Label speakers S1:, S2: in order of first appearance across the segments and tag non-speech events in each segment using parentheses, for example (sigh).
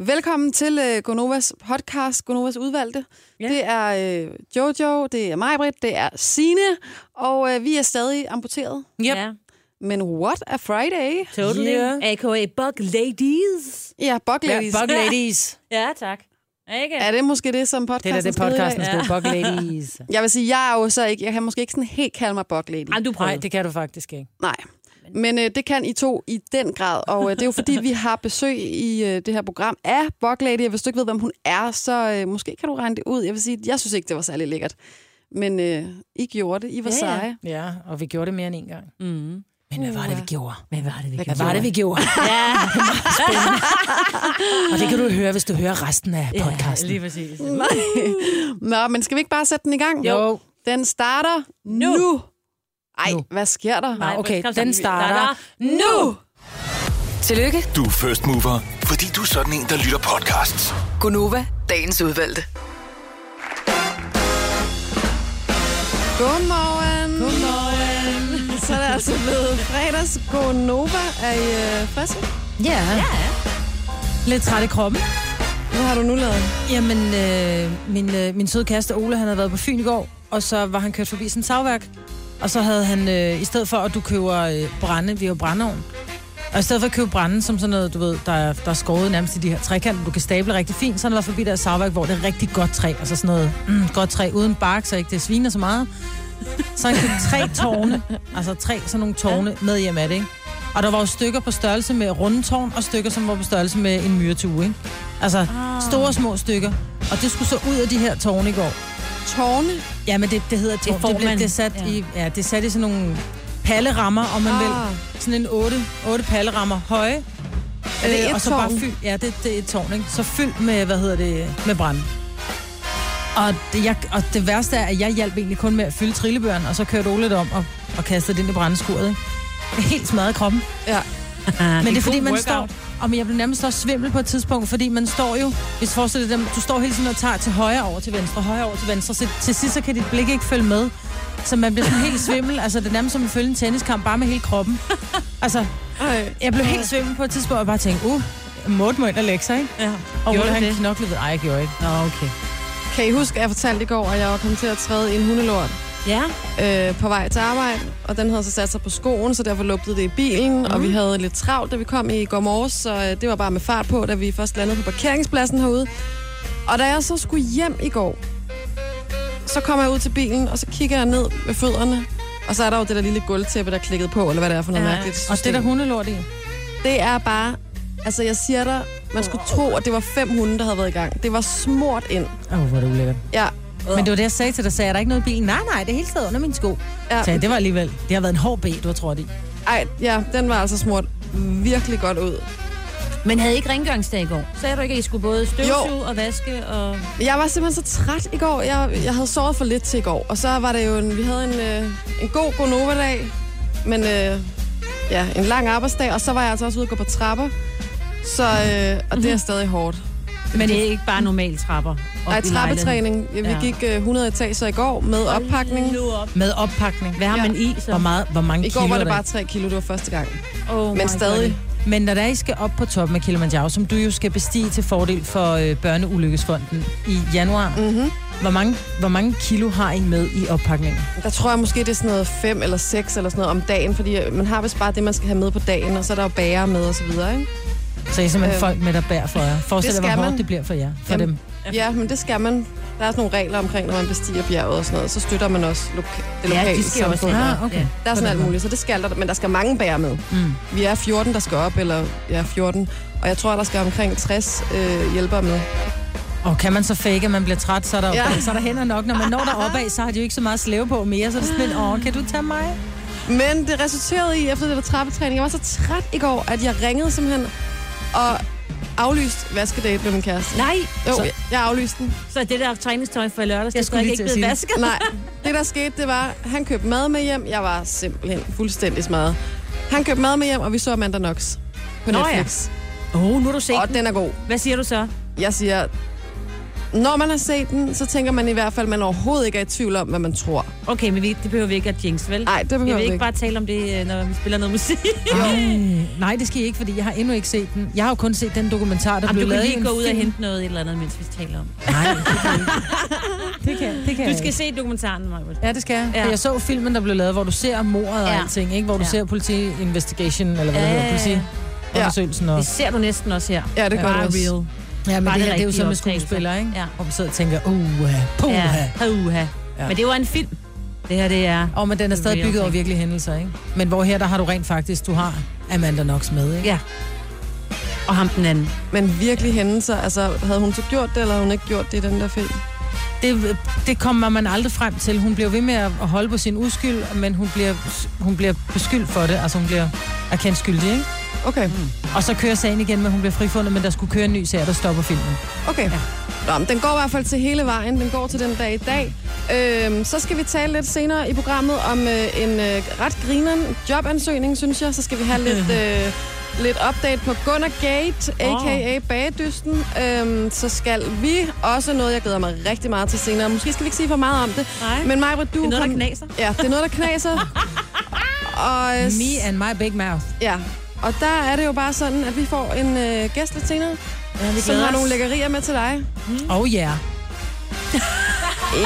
S1: Velkommen til øh, Gonovas podcast, Gonovas udvalgte.
S2: Ja.
S1: Ja. Det er øh, Jojo, det er Majbrit, det er Sine, og øh, vi er stadig amputeret.
S2: Yep. Ja,
S1: Men what a Friday!
S2: totally.
S3: Yeah.
S2: Yeah. A.k.a. Bug Ladies.
S1: Ja, Bug Ladies.
S3: Bug Ladies.
S2: Ja, tak. Ikke?
S1: Er det måske det, som
S3: Det er da
S1: podcasten skal
S3: det,
S1: hedde i dag?
S3: podcasten skal Bug Ladies.
S1: Jeg vil sige, jeg er jo så ikke, jeg kan måske ikke sådan helt kalde mig Bug Lady.
S2: Ej, du prøver.
S3: Nej, det kan du faktisk ikke.
S1: Nej. Men øh, det kan I to i den grad, og øh, det er jo fordi, vi har besøg i øh, det her program af Bug Lady, og hvis du ikke ved, hvem hun er, så øh, måske kan du regne det ud. Jeg vil sige, jeg synes ikke, det var særlig lækkert, men øh, I gjorde det, I var
S2: Ja,
S1: ja,
S2: ja.
S1: seje. Ja.
S3: (laughs) Ja, og vi gjorde det mere end en gang.
S2: Mm.
S3: Men hvad var det, vi gjorde?
S2: Men hvad er det, vi
S3: Hvad var det, vi gjorde? (laughs)
S2: Ja,
S3: Og det kan du høre, hvis du hører resten af podcasten.
S2: lige præcis.
S1: Nå, men skal vi ikke bare sætte den i gang?
S3: Jo.
S1: Den starter nu. nu. Ej, nu. hvad sker der?
S3: Nå, okay,
S2: kom så,
S3: den
S2: vi
S3: starter
S2: starter
S3: nu.
S4: Tillykke,
S5: Du er first mover, fordi du er sådan en, der lytter podcasts.
S4: Gunova, dagens udvalgte.
S1: Godmorgen.
S2: Godmorgen.
S1: Så er det altså blevet fredags. Godnova. Er I øh, friske?
S3: Ja. Lidt træt i kroppen.
S1: Hvad har du nu lavet?
S3: Jamen, øh, min, øh, min søde kæreste Ole, han havde været på Fyn i går, og så var han kørt forbi sådan et savværk. Og så havde han, øh, i stedet for at du køber øh, brænde, vi har jo brændeovn, og i stedet for at købe brænde som sådan noget, du ved, der, er- der er skåret nærmest i de her trekanter, du kan stable rigtig fint, så han var forbi der savværk, hvor det er rigtig godt træ, altså sådan noget mm, godt træ uden bark, så ikke det sviner så meget. Så han købte tre tårne, altså tre sådan nogle tårne med hjem af det, ikke? Og der var jo stykker på størrelse med rundetårn, og stykker, som var på størrelse med en myretue, ikke? Altså store og små stykker. Og det skulle så ud af de her tårne i går.
S1: Tårne.
S3: Ja, men det, det hedder tårn.
S2: får
S3: Det, blev,
S2: man.
S3: det, er sat
S2: Ja.
S3: ja. i, ja, det er sat i sådan nogle pallerammer, om man ah. vil. Sådan en 8, 8 pallerammer høje.
S1: Er det
S3: Øh,
S1: et
S3: og så bare
S1: tårn?
S3: fyld, ja, det, det er et tårn, ikke? Så fyldt med, hvad hedder det, med brand. Og det, jeg, og det værste er, at jeg hjalp egentlig kun med at fylde trillebøren, og så kørte Ole det om og, og kastede det ind i brændeskuret, ikke? Helt smadret i kroppen.
S2: (laughs)
S1: Ja.
S3: Men det er
S2: en
S3: fordi,
S2: god
S3: man
S2: workout.
S3: står... Og men jeg blev nærmest også svimmel på et tidspunkt, fordi man står jo... Hvis du forestiller dig, du står hele tiden og tager til højre over til venstre, højre over til venstre, så til sidst så kan dit blik ikke følge med. Så man bliver sådan helt svimmel. Altså, det er nærmest som at følge en tenniskamp, bare med hele kroppen. Altså,
S1: Ej.
S3: jeg blev helt svimmel på et tidspunkt, og bare tænkte, uh, Morten må ind og lægge sig, ikke?
S2: Ja.
S3: Og
S2: Gjorde
S3: Ole,
S2: du
S3: han
S2: det?
S3: knoklede ved, ej, jeg gjorde ikke.
S2: Nå, okay.
S1: Kan I huske, at jeg fortalte i går, at jeg var kommet til at træde i en hundelort
S2: Ja,
S1: øh, på vej til arbejde, og den havde så sat sig på skoen, så derfor lugtede det i bilen, mm. og vi havde lidt travlt, da vi kom i går morges, så øh, det var bare med fart på, da vi først landede på parkeringspladsen herude. Og da jeg så skulle hjem i går, så kommer jeg ud til bilen, og så kigger jeg ned med fødderne, og så er der jo det der lille gulvtæppe, der er klikket på, eller hvad det er for noget
S2: Ja.
S1: ja. mærkeligt system.
S3: Og det der hundelort i.
S1: Det er bare... Altså, jeg siger dig, man skulle tro, at det var fem hunde, der havde været i gang. Det var smurt ind.
S3: Åh, oh, hvor er det ulækkert.
S1: Ja,
S3: Men det var det, jeg sagde til dig, sagde, er der ikke noget i bilen? Nej, nej, det er hele taget under min sko.
S1: ja.
S3: Ja. Sagde, det var alligevel, det har været en hård bed, du har trådt i.
S1: Ej, ja, den var altså smurt virkelig godt ud.
S2: men havde I ikke rengøringsdag i går? Sagde du ikke, at I skulle både støvsuge og vaske og...
S1: Jeg var simpelthen så træt i går. Jeg, jeg havde sovet for lidt til i går, og så var det jo en, vi havde en, øh, en god Gonova-dag, men øh, ja, en lang arbejdsdag, og så var jeg altså også ude og gå på trapper. Så, øh, og
S2: Mhm.
S1: det er stadig hårdt.
S2: Men det er ikke bare normale trapper. op
S1: Ej,
S2: i lejligheden.
S1: trappetræning. Ja, vi
S2: Ja.
S1: gik øh, 100 etager i går med oppakning.
S2: Nu op.
S3: Med oppakning.
S2: Hvad har
S1: Ja.
S2: man i, så?
S3: Hvor, meget, hvor mange
S1: I går
S3: kilo
S1: var det
S3: er der i?
S1: bare 3 kilo, det var første gang.
S2: Oh my
S1: Men stadig.
S2: God.
S3: Men når der I skal op på toppen af Kilimanjaro, som du jo skal bestige til fordel for øh, Børneulykkesfonden i januar, mm-hmm. hvor, mange, hvor mange kilo har I med i oppakningen?
S1: Der tror jeg måske, det er sådan noget 5 eller 6 eller sådan noget om dagen, fordi øh, man har vist bare det, man skal have med på dagen, og så er der jo bager med og så videre, ikke?
S3: Så I er simpelthen
S1: Øhm,
S3: øh, folk med, der bærer for jer. Forestil
S1: det
S3: dig, hvor
S1: skal
S3: hårdt
S1: man.
S3: det bliver for jer. For
S1: Jamen,
S3: dem.
S1: Ja, men det skal man. Der er sådan nogle regler omkring, når man bestiger bjerget og sådan noget, så støtter man også loka- det lokale
S2: Ja, de skal jo også
S1: samfund.
S2: have.
S3: Ah, okay.
S2: Ja.
S1: Der er sådan alt muligt, så det skal der, men der skal mange bære med.
S3: Mm.
S1: Vi er 14, der skal op, eller ja, 14, og jeg tror, der skal omkring 60 øh, hjælpere med.
S3: Og kan man så fake, at man bliver træt, så er der,
S1: Ja.
S3: ja. så er der hænder nok. Når man når deroppe af, så har de jo ikke så meget slæve på mere, så er det sådan lidt, åh, kan du tage mig?
S1: Men det resulterede i, efter det der trappetræning, jeg var så træt i går, at jeg ringede simpelthen og aflyste vaskedate med min kæreste.
S2: Nej,
S1: Jo,
S3: Så-
S1: jeg aflyste den.
S2: så det der træningstøj fra i lørdags,
S3: Jeg
S2: det
S3: skulle
S2: skulle
S3: lige
S2: ikke
S3: til at
S2: blevet
S3: sige
S1: (laughs)
S2: vasket.
S1: Nej, det der skete, det var, han købte mad med hjem. Jeg var simpelthen fuldstændig smadret. Han købte mad med hjem, og vi så Amanda Knox på
S2: Nå ja.
S1: Netflix.
S2: Åh, oh, nu er du set.
S1: Og den er god.
S2: Hvad siger du så?
S1: Jeg siger, Når man har set den, så tænker man i hvert fald, at man overhovedet ikke er i tvivl om, hvad man tror.
S2: Okay, men vi, det behøver vi ikke at jinx, vel?
S1: Nej, det behøver
S2: Jeg
S1: vi
S2: vil
S1: ikke.
S2: ikke bare tale om det, øh, når vi spiller noget musik.
S3: Mm, nej, det skal I ikke, fordi jeg har endnu ikke set den. Jeg har jo kun set den dokumentar, der
S2: Jamen,
S3: blev
S2: du kan
S3: lavet i
S2: lige
S3: en
S2: gå ud og
S3: film.
S2: hente noget et eller andet, mens vi taler om det.
S3: Nej, det kan jeg ikke. det kan,
S2: (laughs)
S3: det kan jeg
S2: Du skal
S3: ikke.
S2: se dokumentaren, Maja.
S3: Ja, det skal jeg.
S2: Ja.
S3: Ja. Jeg så filmen, der blev lavet, hvor du ser mordet og
S2: Ja.
S3: alting, ikke? Hvor du
S2: Ja.
S3: ser politi-investigation, eller hvad
S2: Ja,
S3: det hedder,
S2: ja, ja.
S3: politi-undersøgelsen. Og...
S2: Det ser du næsten også her.
S1: Ja, det gør det
S2: Bare
S1: også.
S2: real.
S3: Ja, men
S2: Bare
S3: det,
S2: det
S3: her, det er jo
S2: rigtige
S3: så med
S2: optagelser.
S3: skuespillere, ikke?
S2: Ja.
S3: Hvor man sidder og tænker, uha, puha.
S2: Ja, uha.
S3: Ja.
S2: Men det var en film. Det her, det er...
S3: Og men den
S2: Det
S3: er
S2: er
S3: stadig
S2: real
S3: bygget over
S2: thing.
S3: virkelige hændelser, ikke? Men hvor her, der har du rent faktisk, du har Amanda Knox med, ikke?
S2: Ja. Og ham den anden.
S1: Men virkelig hændelser, altså havde hun så gjort det, eller havde hun ikke gjort det i den der film?
S3: det, det kommer man aldrig frem til. Hun bliver ved med at holde på sin uskyld, men hun bliver, hun bliver beskyldt for det. Altså hun bliver erkendt skyldig, ikke?
S1: Okay,
S3: Og så kører sagen igen, men hun bliver frifundet, men der skulle køre en ny sag, der stopper filmen.
S1: okay. Nå, men den går i hvert fald til hele vejen. Den går til den dag i dag. Øhm, så skal vi tale lidt senere i programmet om øh, en øh, ret grineren jobansøgning, synes jeg. Så skal vi
S2: (laughs)
S1: have lidt, øh, lidt update på Gunnar Gate, a.k.a. Bagedysten. Øhm, så skal vi også noget, jeg glæder mig rigtig meget til senere. Måske skal vi ikke sige for meget om det.
S2: Nej.
S1: Men Maja, du... Det
S2: noget, der knaser.
S1: Ja, det er noget, der
S2: (laughs)
S1: knaser. Og, øh,
S3: Me and my big mouth.
S1: Ja, og der er det jo bare sådan, at vi får en øh, gæst lidt senere,
S2: Ja, vi
S1: som har nogle lækkerier med til dig.
S3: Oh yeah.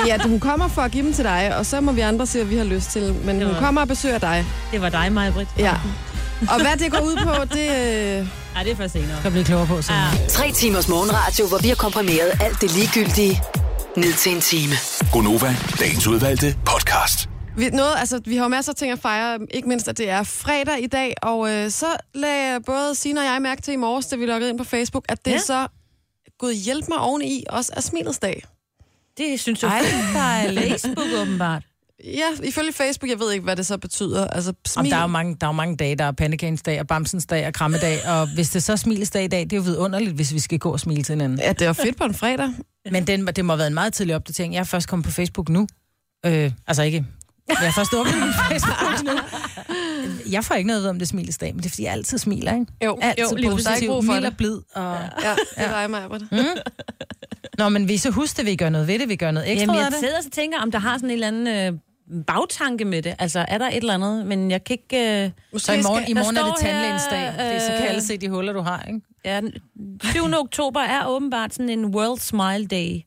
S1: Ja, hun kommer for at give dem til dig, og så må vi andre se, hvad vi har lyst til. Men
S2: Det
S1: hun
S2: var-
S1: kommer og besøger dig.
S2: Det var dig, Maja Britt.
S1: Ja. Og hvad det går ud på, det... Øh,
S2: Nej, det er først senere.
S3: Der bliver klogere på senere.
S2: Ja.
S4: Tre timers morgenradio, hvor vi har komprimeret alt det ligegyldige ned til en time.
S5: Gonova, dagens udvalgte podcast.
S1: vi, noget, altså, vi har jo masser af ting at fejre, ikke mindst, at det er fredag i dag. Og øh, så lagde både Signe og jeg mærke til i morges, da vi loggede ind på Facebook, at det ja.
S2: Ja.
S1: så, gud hjælp mig oveni, også er smilets dag.
S2: Det synes du faktisk, der er Facebook åbenbart.
S1: Ja, ifølge Facebook, jeg ved ikke, hvad det så betyder. Altså, smil.
S3: Jamen, der, er jo mange, der er jo mange dage, der er pandekagens dag og bamsens dag og krammedag, og hvis det så er smiles dag i dag, det er jo vidunderligt, hvis vi skal gå og smile til hinanden.
S1: Ja, det var fedt på en fredag.
S3: Men den, det må have været en meget tidlig opdatering. Jeg er først kommet på Facebook nu. Øh, altså ikke... Jeg er først åbnet min
S1: (laughs)
S3: Facebook nu. Jeg får ikke noget ved, om det er smiles dag, men det er, fordi jeg altid smiler, ikke?
S1: Jo,
S3: Altid
S1: jo, lige præcis. Der er ikke brug for
S3: mild og
S1: det.
S3: blid. Og... Ja.
S1: Ja, det er dig, Maja.
S3: Nå, men vi så husk det, vi gør noget ved det, vi gør noget ekstra
S2: Jamen,
S3: Jamen,
S2: jeg
S3: af det.
S2: sidder og så tænker, om der har sådan en eller anden øh, bagtanke med det. Altså, er der et eller andet? Men jeg kan ikke... Øh,
S3: Så i morgen, i
S2: der
S3: morgen er det
S2: står her,
S3: tandlægens dag. Det er så kan
S2: øh,
S3: alle se de huller, du har, ikke?
S2: ja, den 7. oktober er åbenbart sådan en World Smile Day.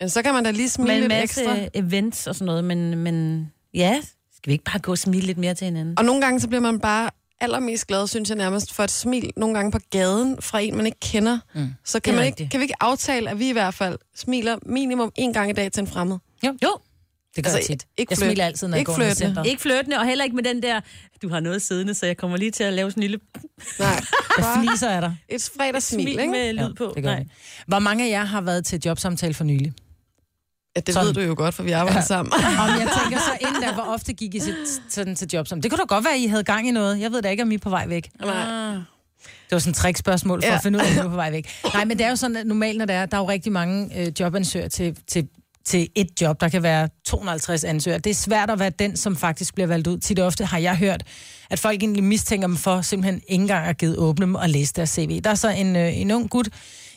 S1: Ja, så kan man da lige smile
S2: Med en
S1: lidt
S2: masse
S1: ekstra.
S2: events og sådan noget. Men, men ja, skal vi ikke bare gå og smile lidt mere til hinanden?
S1: Og nogle gange, så bliver man bare allermest glad, synes jeg nærmest, for et smil nogle gange på gaden fra en, man ikke kender. Mm. Så kan,
S2: det er
S1: man ikke,
S2: rigtigt.
S1: kan vi ikke aftale, at vi i hvert fald smiler minimum en gang i dag til en fremmed.
S2: Jo,
S3: Det gør
S1: Altså,
S3: jeg tit.
S1: ikke
S3: Jeg
S1: flirt.
S3: smiler altid, når jeg
S1: Ikke
S3: går ned i
S1: flirtende.
S3: centeret.
S2: ikke flirtende, og heller ikke med den der, du har noget siddende, så jeg kommer lige til at lave sådan en lille
S1: Nej,
S3: Jeg
S1: (laughs) bare
S3: fliser af dig.
S1: et fredagssmil,
S2: smil
S1: ikke?
S2: med lyd på.
S3: det gør
S2: Nej.
S3: jeg. Hvor mange af jer har været til jobsamtale for nylig?
S1: Ja, det
S3: Sådan.
S1: ved du jo godt, for vi arbejder ja.
S2: (laughs)
S1: sammen.
S3: Om jeg tænker så inden da, hvor ofte gik I til, sådan til job som. Det kunne da godt være, at I havde gang i noget. Jeg ved da ikke, om I er på vej væk.
S1: Nej.
S3: Det var sådan et trickspørgsmål for ja.
S1: Ja.
S3: at finde ud af, om du er på vej væk. Nej, men det er jo sådan, at normalt, når der er, der er jo rigtig mange øh, jobansøgere til, til, til et job. Der kan være 250 ansøgere. Det er svært at være den, som faktisk bliver valgt ud. Tit og ofte har jeg hørt, at folk egentlig mistænker dem for simpelthen ikke engang at givet åbne dem og læse deres CV. Der er så en, øh, en ung gut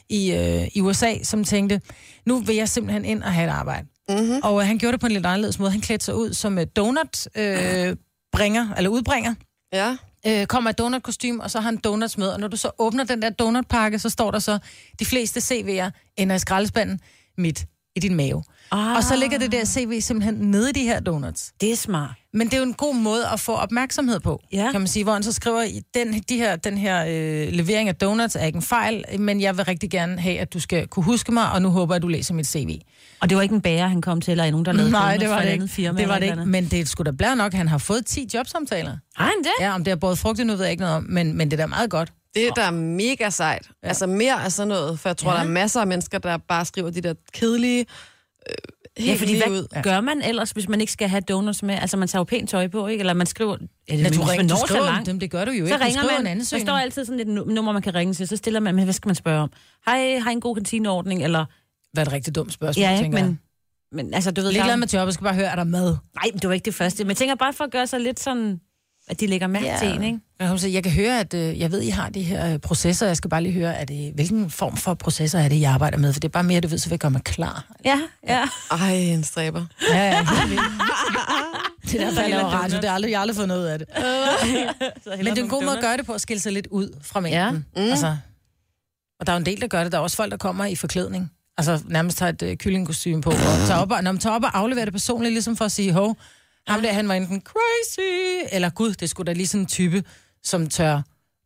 S3: i, øh, i USA, som tænkte, nu vil jeg simpelthen ind og have et arbejde. Mm-hmm. Og øh, han gjorde det på en lidt anderledes måde. Han klædte sig ud som øh, donut øh, bringer, eller udbringer
S1: Ja.
S3: øh, kommer et donutkostym, og så har han donuts med. Og når du så åbner den der donutpakke, så står der så, de fleste CV'er ender i skraldespanden midt i din mave. Ah. Og så ligger det der CV simpelthen nede i de her donuts.
S2: Det er smart.
S3: Men det er jo en god måde at få opmærksomhed på,
S2: Ja.
S3: kan man sige. Hvor han så skriver, i den, de her, den her øh, levering af donuts er ikke en fejl, men jeg vil rigtig gerne have, at du skal kunne huske mig, og nu håber jeg, at du læser mit CV.
S2: Og det var ikke en bager, han kom til, eller nogen, der lavede
S3: Nej,
S2: donuts
S3: det
S2: for
S3: var
S2: et
S3: det ikke.
S2: andet firma.
S3: det var det
S2: eller et
S3: ikke.
S2: eller andet.
S3: Men det er sgu da blære nok, han har fået 10 jobsamtaler.
S2: Har han det?
S3: Ja, om det har båret frugt, det nu ved jeg ikke noget om, men, men det er da meget godt.
S1: Det, der er mega sejt. Ja. Altså mere af sådan noget, for jeg tror, ja. der er masser af mennesker, der bare skriver de der kedelige, øh, helt
S2: Ja, fordi
S1: lige
S2: hvad
S1: ud.
S2: ud. gør man ellers, hvis man ikke skal have donuts med? Altså, man tager jo pænt tøj på, ikke? Eller man skriver... Ja,
S3: Ja,
S2: det
S3: du, ringer, du
S2: når så
S3: skriver
S2: langt.
S3: dem, det gør du jo
S2: Så
S3: ikke. du skriver
S2: ringer
S3: en
S2: man, der
S3: ansøgning.
S2: står altid sådan et nu- nummer, man kan ringe til, så stiller man, men hvad skal man spørge om? Hej, har I en god kantineordning, eller...
S3: Hvad er et rigtig dumt spørgsmål,
S2: Ja, ikke,
S3: tænker jeg.
S2: men... Men altså, du ved...
S3: Lidt
S2: der-
S3: glad med jobbet, skal bare høre, er der mad?
S2: Nej, men det var ikke det første. Men jeg tænker bare for at gøre sig lidt sådan... At de lægger mærke
S3: Ja.
S2: yeah. til en, ikke?
S3: Men hun siger, jeg kan høre, at øh, jeg ved, I har de her øh, processer. Jeg skal bare lige høre, er det, hvilken form for processer er det, I arbejder med? For det er bare mere, du ved, så vil jeg gøre mig klar.
S2: Ja, ja.
S1: Ej, en stræber.
S3: Ja, ja, (laughs) helt vildt. Det er derfor, jeg laver radio. Det har aldrig, jeg har aldrig fået noget af det. Men det er en god måde at gøre det på, at skille sig lidt ud fra mængden. Ja. Mm. Altså, og der er jo en del, der gør det. Der er også folk, der kommer i forklædning. Altså nærmest tager et øh, kyllingkostyme på, og tager op og, når man tager op og afleverer det personligt, ligesom for at sige, hov, ham der, han var enten crazy, eller gud, det skulle da lige sådan en type, som tør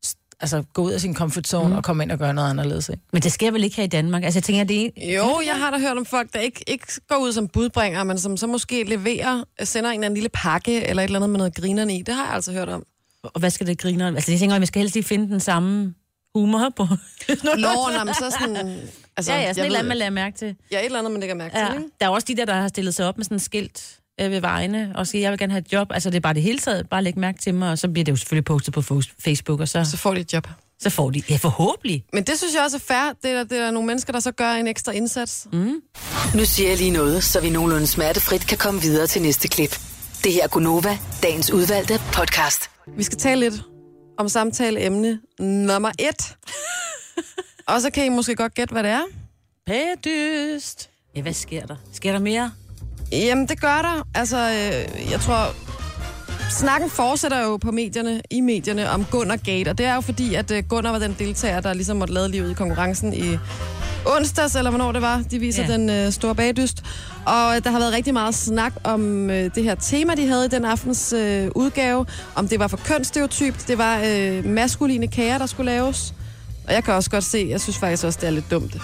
S3: st- altså, gå ud af sin comfort zone mm. og komme ind og gøre noget anderledes. Ikke?
S2: Men det sker vel ikke her i Danmark? Altså, jeg tænker, det er...
S1: Jo, jeg har da hørt om folk, der ikke, ikke går ud som budbringer, men som så måske leverer, sender en eller anden lille pakke eller et eller andet med noget grinerne i. Det har jeg altså hørt om.
S2: Og hvad skal det grine? om? Altså, jeg tænker, at jeg skal helst lige finde den samme humor på.
S1: Nå, nå, men så sådan... Altså,
S2: (laughs) ja, ja, sådan et eller
S1: ved-
S2: andet, man lader mærke til.
S1: Ja, et eller andet, man lægger mærke ja.
S2: Ja.
S1: til, ikke?
S2: Der er også de der, der har stillet sig op med sådan en skilt øh, ved vejene, og siger, jeg vil gerne have et job. Altså, det er bare det hele taget. Bare læg mærke til mig, og så bliver det jo selvfølgelig postet på fo- Facebook, og
S1: Så
S2: så,
S1: får de et job.
S2: så får de, ja, forhåbentlig.
S1: Men det synes jeg også er fair. Det er, der- det er der nogle mennesker, der så gør en ekstra indsats. Mm.
S4: Nu siger jeg lige noget, så vi nogenlunde smertefrit kan komme videre til næste klip. Det her er Gunova, dagens udvalgte podcast.
S1: Vi skal tale lidt om samtaleemne nummer
S2: (laughs)
S1: et. Og så kan I måske godt gætte, hvad det er.
S3: Pædyst.
S2: Ja, hvad sker der? Sker der mere?
S1: Jamen, det gør der. Altså, øh, jeg tror... Snakken fortsætter jo på medierne, i medierne, om Gunnar Gate, og det er jo fordi, at øh, Gunnar var den deltager, der ligesom måtte lade livet i konkurrencen i onsdags, eller hvornår det var, de viser
S2: Ja.
S1: ja. den øh, store bagdyst. Og øh, der har været rigtig meget snak om øh, det her tema, de havde i den aftens øh, udgave, om det var for kønsstereotypt, det var øh, maskuline kager, der skulle laves. Og jeg kan også godt se, jeg synes faktisk også, det er lidt dumt.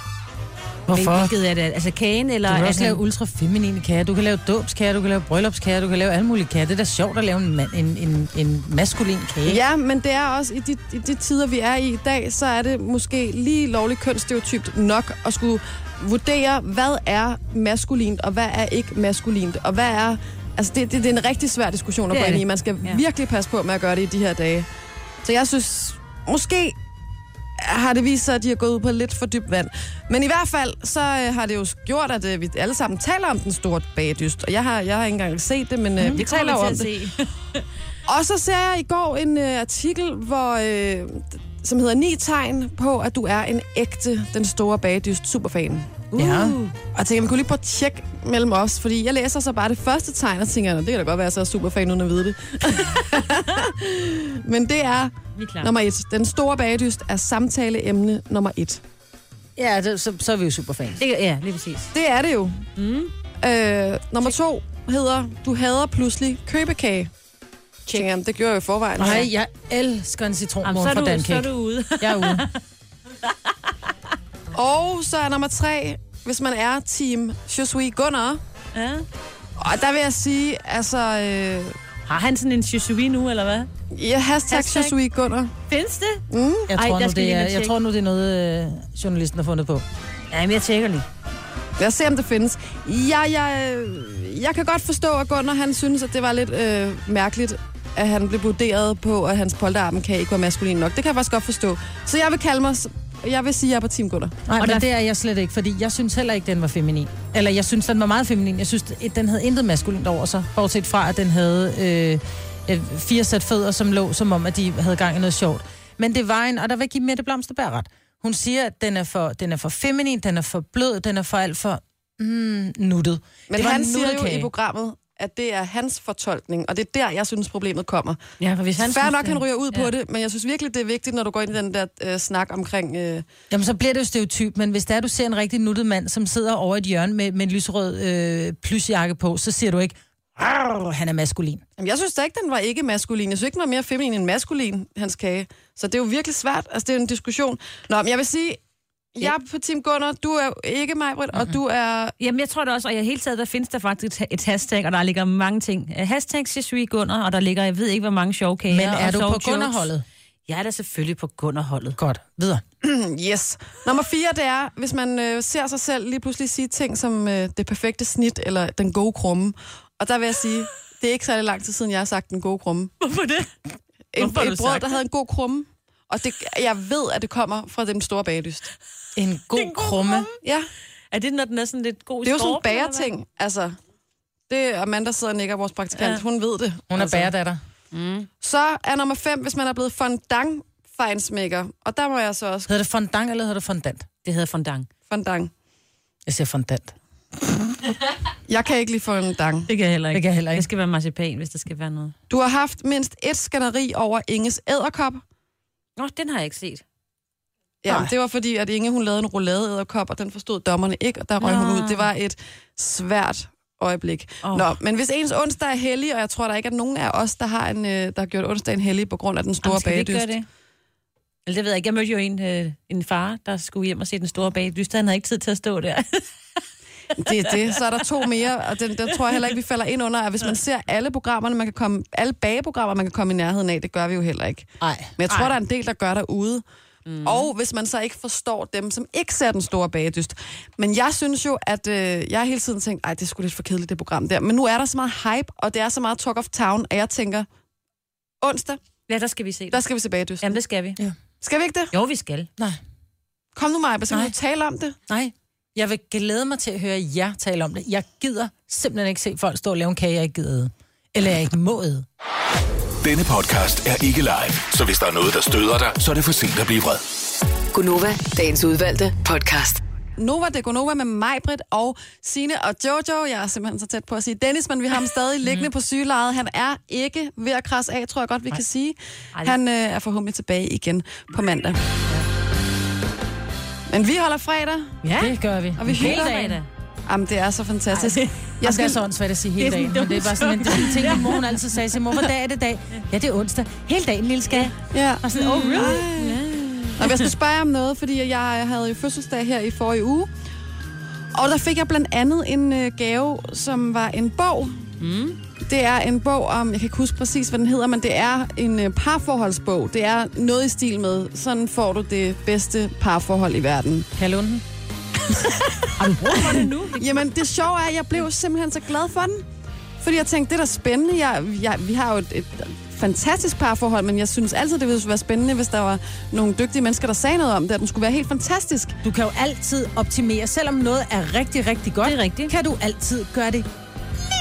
S3: Hvorfor?
S2: Men Hvilket er det? Altså kagen, eller...
S3: Du kan
S2: er
S3: også
S2: det-
S3: lave ultrafeminine kager, du kan lave dåbskager, du kan lave bryllupskager, du kan lave alle mulige kager. Det er da sjovt at lave en, mand, en, en, en maskulin kage.
S1: Ja, men det er også i de, i de tider, vi er i i dag, så er det måske lige lovligt kønsstereotypt nok at skulle vurdere, hvad er maskulint, og hvad er ikke maskulint, og hvad er... Altså, det, det, det er en rigtig svær diskussion at
S2: Det er
S1: gå ind
S2: det.
S1: i. Man skal
S2: Ja.
S1: ja. virkelig passe på med at gøre det i de her dage. Så jeg synes, måske har det vist sig, at de har gået ud på lidt for dybt vand. Men i hvert fald, så øh, har det jo gjort, at øh, vi alle sammen taler om den store bagdyst. Og jeg har, jeg har ikke engang set det, men øh, vi
S2: det
S1: taler jo
S2: Mm. kommer
S1: om
S2: vi
S1: det.
S2: til at se.
S1: Og så ser jeg i går en øh, artikel, hvor, øh, som hedder Ni tegn på, at du er en ægte, den store bagdyst superfan.
S3: Uh. ja.
S1: Og jeg tænker, vi kunne lige prøve at tjekke mellem os, fordi jeg læser så bare det første tegn, og tænker, "Nå, det kan da godt være, at jeg så er superfan uden at vide det. (laughs) Men det er
S2: Vi er klar.
S1: nummer et. Den store bagdyst er samtaleemne nummer et.
S3: Ja, det, så, så er vi jo superfans.
S2: Det, ja, lige præcis.
S1: Det er det jo. Mm. Øh, nummer to hedder, du hader pludselig købekage. Tænker, jeg, det gjorde jeg jo i forvejen.
S3: Nej, jeg elsker en
S2: Jamen,
S3: citronmåne
S2: så, er
S3: fra
S2: du, så er
S3: Dancake.
S2: du (laughs) ude.
S3: Jeg er ude.
S1: Og så er nummer tre, hvis man er team Je suis Gunnar.
S2: ja.
S1: Og der vil jeg sige, altså... Øh,
S2: Har han sådan en chusui nu, eller hvad?
S1: ja, hashtag, Mm,
S2: Hashtag.
S1: hashtag Je suis Gunnar.
S2: Findes det?
S3: Jeg
S2: Ej,
S3: tror,
S2: der
S3: nu,
S2: skal vi
S3: det
S2: ind
S3: er,
S2: og
S3: jeg
S2: tjekke.
S3: tror nu, det er noget, øh, journalisten har fundet på.
S2: Nej, men jeg tjekker lige.
S1: Lad os se, om det findes. Jeg, jeg, øh, jeg kan godt forstå, at Gunnar han synes, at det var lidt øh, mærkeligt, at han blev vurderet på, at hans polterarmen kan ikke være maskulin nok. Det kan jeg faktisk godt forstå. Så jeg vil kalde mig... s- Jeg vil sige, at jeg er på Team Gunnar.
S3: Nej, men
S2: der-
S3: der... det er jeg slet ikke, fordi jeg synes heller ikke, den var feminin. Eller jeg synes, den var meget feminin. Jeg synes, at den havde intet maskulint over sig, bortset fra, at den havde øh, øh, fire sæt fødder, som lå, som om, at de havde gang i noget sjovt. Men det var en, og der vil jeg give Mette Blomsterberg ret. Hun siger, at den er for, den er for feminin, den er for blød, den er for alt for mm, nuttet.
S1: Men
S3: det var
S1: han
S3: en
S1: siger jo
S3: nuttekage.
S1: i programmet, at det er hans fortolkning, og det er der, jeg synes, problemet kommer.
S2: Ja, for hvis han
S1: Færre
S2: synes,
S1: nok,
S2: det-
S1: han ryger ud
S2: ja.
S1: på det, men jeg synes virkelig, det er vigtigt, når du går ind i den der øh, snak omkring... Øh,
S3: Jamen, så bliver det jo stereotyp, men hvis der du ser en rigtig nuttet mand, som sidder over et hjørne med, med en lyserød øh, plysjakke på, så siger du ikke, "Arr, han er maskulin.
S1: Jamen, jeg synes da ikke, den var ikke maskulin. Jeg synes ikke, den var mere feminin end maskulin, hans kage. Så det er jo virkelig svært. Altså, det er en diskussion. Nå, men jeg vil sige, jeg er på Team Gunnar, du er jo ikke mig, Britt,
S2: Mhm.
S1: og du er...
S2: Jamen, jeg tror det også, og i hele taget, der findes der faktisk et hashtag, og der ligger mange ting. Øh, Hashtag Sisui Gunnar, og der ligger, jeg ved ikke, hvor mange sjove kager.
S3: Men er
S2: og
S3: du
S2: sjove
S3: på
S2: jokes.
S3: Gunnar-holdet?
S2: Jeg er da selvfølgelig på Gunnar-holdet.
S3: Godt, videre.
S1: mm, Yes. Nummer fire, det er, hvis man øh, ser sig selv lige pludselig sige ting som øh, det perfekte snit, eller den gode krumme. Og der vil jeg sige, det er ikke særlig lang tid siden, jeg har sagt den gode krumme.
S2: Hvorfor det?
S1: En,
S2: (laughs) Hvorfor har du
S1: et brød,
S2: sagt
S1: der
S2: det?
S1: havde en god krumme. Og det, jeg ved, at det kommer fra den store bagdyst.
S3: En god, en god krumme.
S1: Ja.
S2: Er det, når den er sådan lidt god i
S1: Det er jo sådan en
S2: skorpen, eller hvad?
S1: bagerting, altså. Det er Amanda, der sidder og nikker, vores praktikant,
S2: Ja.
S1: ja. hun ved det.
S3: Hun er
S1: altså.
S3: bæredatter.
S2: Mm.
S1: Så er nummer 5, hvis man er blevet fondant fejnsmækker. Og der må jeg så også
S3: Hedder det fondant, eller hedder det fondant?
S2: Det hedder fondant.
S1: fondant.
S3: Jeg siger fondant.
S1: Jeg kan ikke lide fondant.
S2: Det kan jeg heller
S3: Det kan jeg heller
S2: Det
S3: ikke.
S2: skal være marcipan, hvis der skal være noget.
S1: Du har haft mindst et skænderi over Inges æderkop.
S2: Nå, den har jeg ikke set.
S1: Ja,
S3: Nej.
S1: det var fordi, at Inge hun lavede en rouladeæderkop, og den forstod dommerne ikke, og der røg hun
S2: Nå.
S1: ud. Det var et svært øjeblik.
S2: Åh.
S1: Oh. Nå, men hvis ens onsdag er heldig, og jeg tror der ikke, at nogen af os, der har, en, øh, der har gjort onsdagen heldig på grund af den store
S2: Jamen, skal vi ikke
S1: bagedyst.
S2: gøre det? Eller det ved jeg ikke. Jeg mødte jo en, øh, en far, der skulle hjem og se den store bagdyst. Han havde ikke tid til at stå der.
S1: Det er det. Så er der to mere, og den, der tror jeg heller ikke, vi falder ind under. at Hvis man ser alle programmerne, man kan komme, alle bageprogrammer, man kan komme i nærheden af, det gør vi jo heller ikke.
S3: Nej.
S1: Men jeg tror, Ej. der er en del, der gør derude. Mm. Og hvis man så ikke forstår dem, som ikke ser den store bagedyst. Men jeg synes jo, at øh, jeg har hele tiden tænkt, ej, det er sgu lidt for kedeligt, det program der. Men nu er der så meget hype, og det er så meget talk of town, at jeg tænker, onsdag,
S2: ja, der skal vi se det.
S1: der skal vi se bagedyst.
S2: Jamen, det skal vi.
S1: Skal vi ikke det?
S2: Jo, vi skal.
S3: Nej.
S1: Kom nu, Maja, så kan
S3: Nej.
S1: vi tale om det.
S3: Nej. Jeg vil glæde mig til at høre jer tale om det. Jeg gider simpelthen ikke se folk stå og lave en kage, jeg ikke gider æde. Eller jeg ikke må æde.
S5: Denne podcast er ikke live, så hvis der er noget, der støder dig, så er det for sent at blive vred.
S4: Gunova, dagens udvalgte podcast.
S1: Nova de Gonova med Majbrit og Sine og Jojo. Jeg er simpelthen så tæt på at sige Dennis, men vi har ham
S3: (laughs)
S1: stadig
S3: Mm.
S1: liggende på sygelejet. Han er ikke ved at krasse af, tror jeg godt, vi kan sige.
S2: Ej.
S1: Han øh, er forhåbentlig tilbage igen på mandag. Men vi holder fredag.
S2: Ja.
S3: Det gør vi.
S1: Og vi hylder-
S2: fredag.
S1: Jamen, det er så fantastisk.
S3: Jeg
S1: Jeg
S3: skal... Det
S1: skal,
S3: er så åndssvagt at sige hele
S2: Det er
S3: dagen,
S2: sådan
S3: men det er bare
S2: dumt.
S3: sådan (laughs) en det er sådan en ting, min mor hun altid sagde til mor, hvad dag er det i dag? Ja, det er onsdag. Hele dagen, lille skat.
S1: ja.
S3: Og sådan, oh, really?
S1: Og jeg skulle spørge jer om noget, fordi jeg havde jo fødselsdag her i forrige uge. Og der fik jeg blandt andet en øh, gave, som var en bog. Mm. Det er en bog om, jeg kan ikke huske præcis, hvad den hedder, men det er en øh, parforholdsbog. Det er noget i stil med, sådan får du det bedste parforhold i verden.
S3: Kan jeg låne den?
S1: Jamen, det sjove er, at jeg blev simpelthen så glad for den. Fordi jeg tænkte, det er da spændende. Jeg, jeg, vi har jo et, et fantastisk parforhold, men jeg synes altid, det ville være spændende, hvis der var nogle dygtige mennesker, der sagde noget om det. at Den skulle være helt fantastisk.
S3: Du kan jo altid optimere, selvom noget er rigtig, rigtig godt.
S2: Det er rigtigt.
S3: Kan du altid gøre det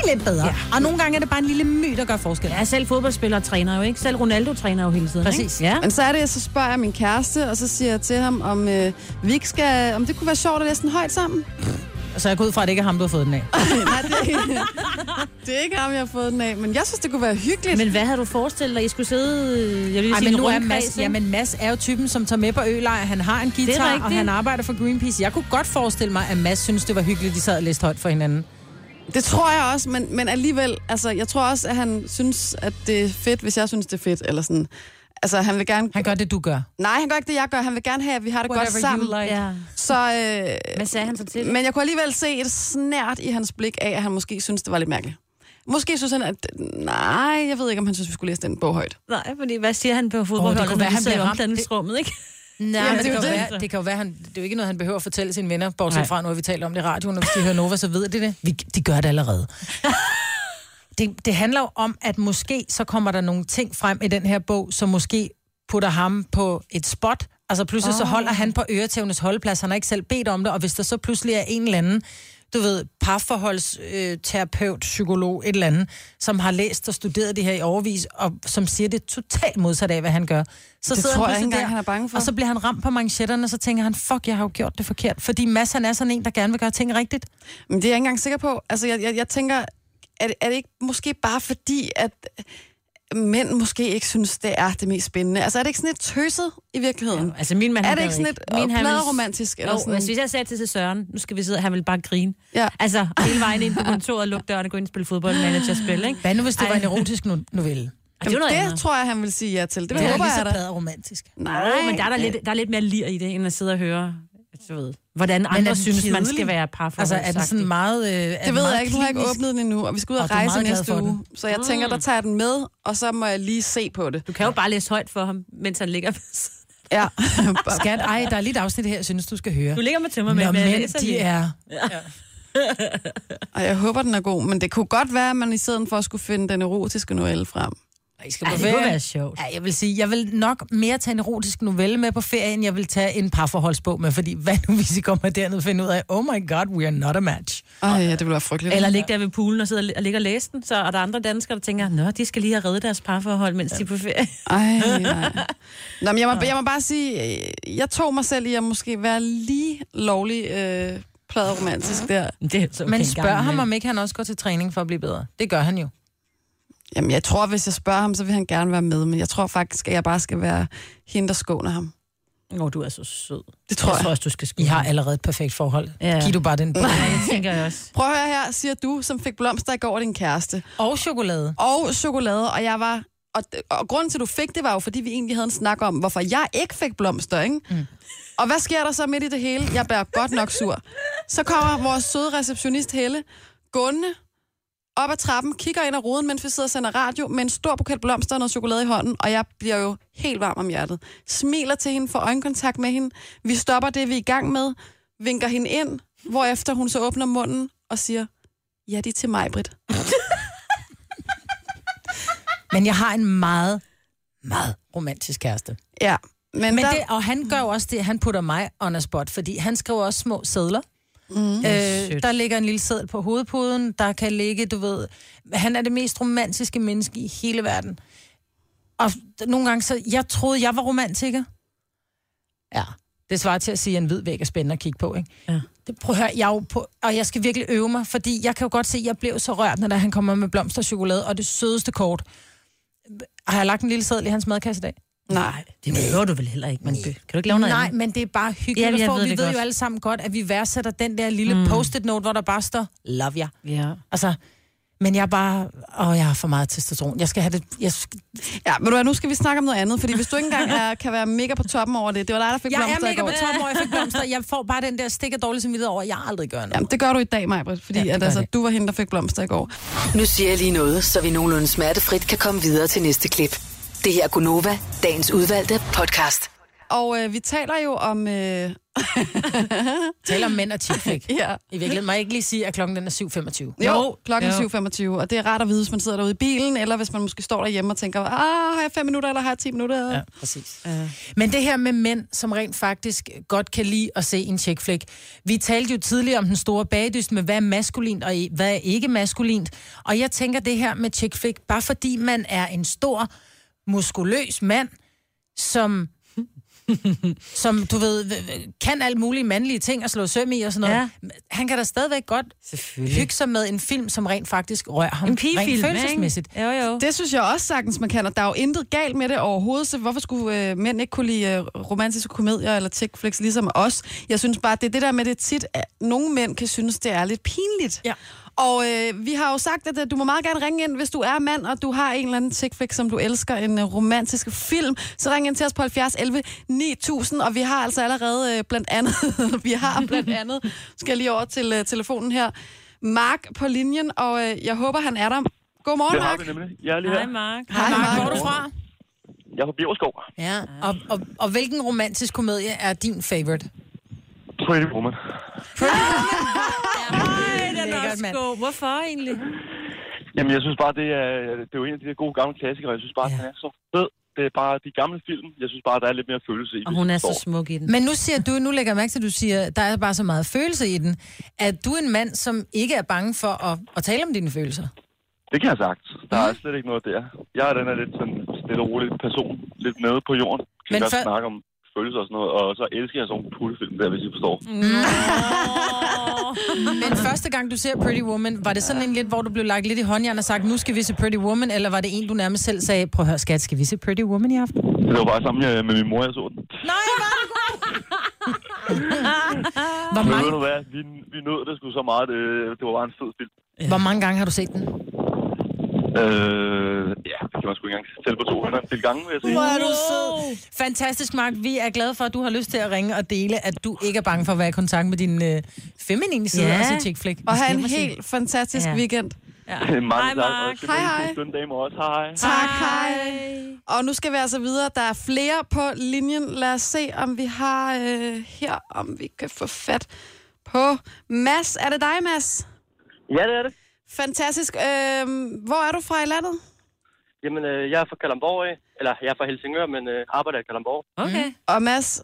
S3: lige lidt bedre. Ja. Og nogle gange er det bare en lille my, der gør forskel.
S2: Ja, selv fodboldspillere træner jo, ikke? Selv Ronaldo træner jo hele tiden,
S3: Præcis.
S2: Ikke? Ja.
S1: Men så er det, jeg så spørger jeg min kæreste, og så siger jeg til ham, om, øh, vi ikke skal, om det kunne være sjovt at læse den højt sammen.
S3: Så jeg går ud fra, at det ikke er ham, du har fået den af.
S1: Nej, det er, ikke, det er ikke ham, jeg har fået den af, men jeg synes, det kunne være hyggeligt. Men,
S2: Men hvad havde du forestillet dig? I skulle sidde... øh, Jeg vil lige
S3: Ej,
S2: sige,
S3: men
S2: en
S3: nu er
S2: rundkreds,
S3: Mads,
S2: ikke?
S3: jamen Mads er jo typen, som tager med på ølejr. Han har en guitar,
S2: rigtigt.
S3: og han arbejder for Greenpeace. Jeg kunne godt forestille mig, at Mads synes, det var hyggeligt, de sad og læste højt for hinanden.
S1: det tror jeg også, men, men alligevel, altså, jeg tror også, at han synes, at det er fedt, hvis jeg synes, det er fedt, eller sådan. Altså, han vil gerne...
S3: Han gør det, du gør.
S1: Nej, han gør ikke det, jeg gør. Han vil gerne have, at vi har det godt sammen.
S3: like.
S2: Ja.
S1: Så, øh,
S2: Hvad sagde han så til?
S1: men jeg kunne alligevel se et snært i hans blik af, at han måske synes, det var lidt mærkeligt. Måske synes han, at... Nej, jeg ved ikke, om han synes, vi skulle læse den bog højt.
S2: Nej, fordi hvad siger han på
S3: Åh, det
S2: fodboldholdet,
S3: kunne
S2: oh, når
S3: være,
S2: han
S3: han
S2: sidder i
S3: bliver ramt.
S2: omklædningsrummet, ikke?
S3: Nej,
S1: Jamen,
S3: men det,
S1: det er
S3: kan
S1: jo
S3: jo
S1: det.
S3: være, det kan jo være, han, det er jo ikke noget, han behøver at fortælle sine venner,
S2: Nej.
S3: bortset fra, nu har vi talt om det i radioen, og hvis de hører Nova, så ved de det. Vi, de gør det allerede. det, det handler jo om, at måske så kommer der nogle ting frem i den her bog, som måske putter ham på et spot, altså pludselig oh.
S1: Ah.
S3: så holder han på øretævnes holdplads, han har ikke selv bedt om det, og hvis der så pludselig er en eller anden, du ved, parforholdsterapeut, øh, terapeut, psykolog, et eller andet, som har læst og studeret det her i overvis, og som siger det totalt modsat af, hvad han gør. Så
S1: Det
S3: sidder
S1: tror jeg
S3: pludselig
S1: ikke engang,
S3: der,
S1: han er bange for.
S3: Og så bliver han ramt på manchetterne, og så tænker han, fuck, jeg har jo gjort det forkert. Fordi Mads, han er sådan en, der gerne vil gøre ting rigtigt.
S1: Men det er jeg ikke engang sikker på. Altså, jeg, jeg, jeg tænker, er det, er det ikke måske bare fordi, at mænd måske ikke synes, det er det mest spændende? Altså, er det ikke sådan lidt tøset i virkeligheden? Ja,
S2: Altså, min mand,
S1: er
S2: han
S1: det
S2: gad
S1: ikke sådan lidt
S2: Min,
S1: øh,
S2: han ville-
S1: pladeromantisk?
S2: Jo,
S1: Eller sådan?
S2: altså, hvis jeg sagde til til Søren, nu skal vi sidde, han ville bare grine.
S1: Ja.
S2: Altså, hele vejen ind på kontoret, lukke døren og gå ind og spille fodbold, managerspil, ikke?
S3: Hvad nu, hvis det
S2: Ej.
S3: Ej. var en erotisk no- novelle?
S2: Og det, var noget
S1: Jamen,
S2: andet.
S1: det tror jeg, han vil sige ja til. Det,
S3: Det er
S1: håber
S3: lige
S1: jeg
S3: så
S1: da.
S3: bedre romantisk.
S2: Nej, men der er, der, lidt, der er lidt mere lir i det, end at sidde og høre, du ved, hvordan
S3: er
S2: andre
S3: den
S2: synes, man skal
S3: kedelig?
S2: være
S3: Altså, er det
S2: parforholdsagtig.
S3: sådan meget... Øh, er
S1: Det
S3: den
S1: ved
S3: meget
S1: jeg ikke, nu har jeg ikke
S3: klinisk?
S1: åbnet den endnu, og vi skal ud og,
S3: Og du er
S1: rejse
S3: meget glad
S1: næste
S3: for
S1: uge.
S3: den.
S1: Så jeg tænker, der tager jeg den med, og så må jeg lige se på det.
S2: Du kan jo bare læse højt for ham, mens han ligger (laughs) ved siden.
S1: (laughs) Ja.
S3: Skat, ej, der er lige et afsnit her, jeg synes, du skal høre.
S2: Du ligger med tømmer med,
S3: Når
S2: men jeg
S3: mænd,
S2: læser
S3: de
S2: lige.
S3: er...
S1: og jeg håber, den er god, men det kunne godt være, at man i stedet for skulle finde den erotiske novelle frem.
S2: Ej, skal
S3: Ej,
S2: på
S3: det
S2: ferie.
S3: kunne
S2: være
S3: være
S2: sjovt.
S3: Ja, jeg vil sige, jeg vil nok mere tage en erotisk novelle med på ferie, end jeg vil tage en parforholdsbog med, fordi hvad nu, hvis I kommer derned og finder ud af, oh my god, we are not a match.
S1: Ej, ja, det ville være frygteligt.
S2: Eller ligge der ved poolen og sidde og ligge og læse den, så og der er andre danskere, der tænker, nå, de skal lige have reddet deres parforhold, mens ja. de er på ferie.
S1: Ej, nej. Nå, men jeg må, jeg må bare sige, øh, jeg tog mig selv i at måske være lige lovlig øh, pladeromantisk der.
S2: (laughs) Det er så okay
S3: Men
S2: en
S3: spørg
S2: gang
S3: ham,
S2: imellem.
S3: om ikke han også går til træning for at blive bedre. Det gør han jo.
S1: Jamen, jeg tror, hvis jeg spørger ham, så vil han gerne være med, men jeg tror faktisk, at jeg bare skal være hende, der skåner ham.
S2: Åh, du er så sød.
S1: Det tror
S2: Jeg
S1: jeg.
S2: tror også, du skal
S3: I
S2: skrive.
S3: har allerede et perfekt forhold.
S2: Ja.
S3: Ja. Giv du bare den på.
S2: Ja, det tænker jeg også.
S1: Prøv at høre her, siger du, som fik blomster i går af din kæreste.
S3: Og chokolade.
S1: Og chokolade, og jeg var... Og, og grunden til, at du fik det, var jo, fordi vi egentlig havde en snak om, hvorfor jeg ikke fik blomster, ikke? Mm. Og hvad sker der så midt i det hele? Jeg bærer godt nok sur. Så kommer vores søde receptionist Helle, gående op ad trappen, kigger ind ad ruden, mens vi sidder og sender radio, med en stor buket blomster og noget chokolade i hånden, og jeg bliver jo helt varm om hjertet. Smiler til hende, får øjenkontakt med hende. Vi stopper det, vi er i gang med, vinker hende ind, hvorefter hun så åbner munden og siger, ja, de er til mig, Britt.
S3: Men jeg har en meget, meget romantisk kæreste.
S1: Ja, men,
S3: Men
S1: der...
S3: det, og han gør jo også det, han putter mig on a spot, fordi han skriver også små sædler. Mm. Øh,
S2: Sødt.
S3: der ligger en lille sædel på hovedpuden, der kan ligge, du ved... Han er det mest romantiske menneske i hele verden. Og f- nogle gange så... Jeg troede, jeg var romantiker. Ja, det svarer til at sige, at en hvid væg er spændende at kigge på, ikke?
S2: Ja.
S3: Det, prøv at høre, jeg er jo på, og jeg skal virkelig øve mig, fordi jeg kan jo godt se, at jeg blev så rørt, når han kommer med blomster og chokolade, og det sødeste kort. Har jeg lagt en lille sædel i hans madkasse i dag?
S1: Nej.
S2: Det behøver du vel heller ikke, men kan du ikke lave noget
S3: Nej,
S2: andet?
S3: men det er bare hyggeligt
S2: Ja,
S3: ja,
S2: jeg
S3: at få.
S2: ved
S3: Ved vi
S2: det
S3: ved
S2: godt.
S3: jo alle sammen godt, at vi værdsætter den der lille mm. post-it note, hvor der bare står, love jer.
S2: Ja.
S3: Altså, men jeg er bare, åh, jeg har for meget testosteron. Jeg skal have det, jeg, skal,
S1: Ja, men du hvad, nu skal vi snakke om noget andet, fordi hvis du ikke engang er, kan være mega på toppen over det, det var dig, der fik
S3: jeg
S1: blomster
S3: er mega
S1: i går.
S3: på toppen, hvor jeg (laughs) fik blomster. Jeg får bare den der stikker dårlig samvittighed over, at jeg aldrig gør noget.
S1: Jamen, det gør du i dag, Majbrit, fordi
S3: Ja,
S1: ja,
S3: det
S1: at,
S3: gør
S1: altså,
S3: det.
S1: du var hende, der fik blomster i går.
S4: Nu siger jeg lige noget, så vi nogenlunde smertefrit kan komme videre til næste klip. Det her er Gunova, dagens udvalgte podcast.
S1: Og øh, vi taler jo om... Øh,
S3: Taler om mænd og chick
S1: ja,
S3: I virkeligheden må jeg ikke lige sige, at klokken den er 7.25.
S1: jo,
S2: Jo,
S1: klokken
S2: jo.
S1: 7.25, og det er rart at vide, hvis man sidder derude i bilen, eller hvis man måske står derhjemme og tænker, ah, har jeg fem minutter, eller har jeg ti minutter? Ja.
S3: præcis. Men det her med mænd, som rent faktisk godt kan lide at se en chick flick. Vi talte jo tidligere om den store bagdyst med, hvad er maskulint og i- hvad er ikke maskulint. Og jeg tænker det her med chick flick, bare fordi man er en stor, muskuløs mand, (laughs) som som, du ved, kan alt mulige mandlige ting og slå søm i og sådan noget. Ja. Han kan da stadigvæk godt
S2: Selvfølgelig.
S3: hygge sig med en film, som rent faktisk rører ham.
S2: En pigefilm,
S3: rent følelsesmæssigt.
S2: ikke? Jo, jo.
S1: Det synes jeg også sagtens, man kan, og der er jo intet galt med det overhovedet, så hvorfor skulle øh, mænd ikke kunne lide øh, romantiske komedier eller chick flicks ligesom os? Jeg synes bare, det er det der med det tit, at nogle mænd kan synes, det er lidt pinligt.
S3: Ja.
S1: Og øh, vi har jo sagt, at øh, du må meget gerne ringe ind, hvis du er mand, og du har en eller anden chick flick, som du elsker, en øh, romantisk film, så ring ind til os på 70 11 9000, og vi har altså allerede øh, blandt andet, (laughs) vi har blandt andet, skal jeg lige over til øh, telefonen her, Mark på linjen, og øh, jeg håber, han er der. Godmorgen,
S6: Det har
S1: Mark.
S6: vi nemlig. Jeg er lige
S2: Hej,
S6: her.
S2: Mark.
S1: Hej, Mark.
S3: Hvor er du fra?
S6: Jeg er fra Bjergskov.
S3: Ja, og, og, og hvilken romantisk komedie er din favorite?
S6: Pretty Woman.
S2: Ej, den er
S3: Lækkert,
S2: også
S3: mand.
S2: god. Hvorfor egentlig?
S6: Jamen, jeg synes bare, det er, det er jo en af de der gode gamle klassikere. Jeg synes bare,
S3: Ja.
S6: ja. den er så fed. Det er bare de gamle film. Jeg synes bare, der er lidt mere følelse i.
S2: Og
S6: hvis
S2: hun
S6: du
S2: er så
S6: forstår.
S2: smuk i den.
S3: Men nu siger du, nu lægger jeg mærke til, at du siger, der er bare så meget følelse i den. Er du en mand, som ikke er bange for at, at tale om dine følelser?
S6: Det kan jeg sagt. Der er slet ikke noget der. Jeg er den her lidt sådan stille og rolig person. Lidt nede på jorden. Kan
S3: Men
S6: Men godt
S3: før-
S6: snakke om følelser og sådan noget. Og så elsker jeg sådan nogle pullefilm der, hvis I forstår.
S3: Mm. Men første gang, du ser Pretty Woman, var det sådan en lidt, hvor du blev lagt lidt i håndjern og sagt, nu skal vi se Pretty Woman, eller var det en, du nærmest selv sagde, prøv at høre, skat, skal vi se Pretty Woman i aften?
S6: Det var bare sammen med- med min mor, jeg så den.
S3: Nej, var det
S6: (laughs)
S3: god! hvor,
S6: Men ved
S3: mange,
S6: du hvad? Vi, vi nød det sgu så meget. Det, det var bare en fed film.
S3: hvor mange gange har du set den?
S6: Øh, ja, det kan man sgu ikke engang tælle på to hænder. En del gange, vil jeg sige.
S3: er du sød. Fantastisk, Mark. Vi er glade for, at du har lyst til at ringe og dele, at du ikke er bange for at være i kontakt med din øh, feminine side,
S2: Ja.
S3: ja. altså chick flick.
S1: Og have en helt fantastisk
S2: Ja.
S1: ja. weekend.
S7: (laughs)
S2: Ja.
S6: Mange
S2: Hej,
S6: tak.
S2: Mark.
S6: Og skal vi
S1: Hej,
S6: have en
S1: hej.
S6: skøn dag med os. Hej.
S1: Tak, hej. Og nu skal vi altså videre. Der er flere på linjen. Lad os se, om vi har øh, her, om vi kan få fat på Mads. Er det dig, Mads? Øhm,
S7: Ja, det er det.
S1: Fantastisk. Øh, hvor er du fra i landet?
S7: Jamen, øh, jeg er fra Kalamborg, af. eller jeg er fra Helsingør, men øh, arbejder i Kalamborg.
S2: Okay. Mm.
S1: Og Mads,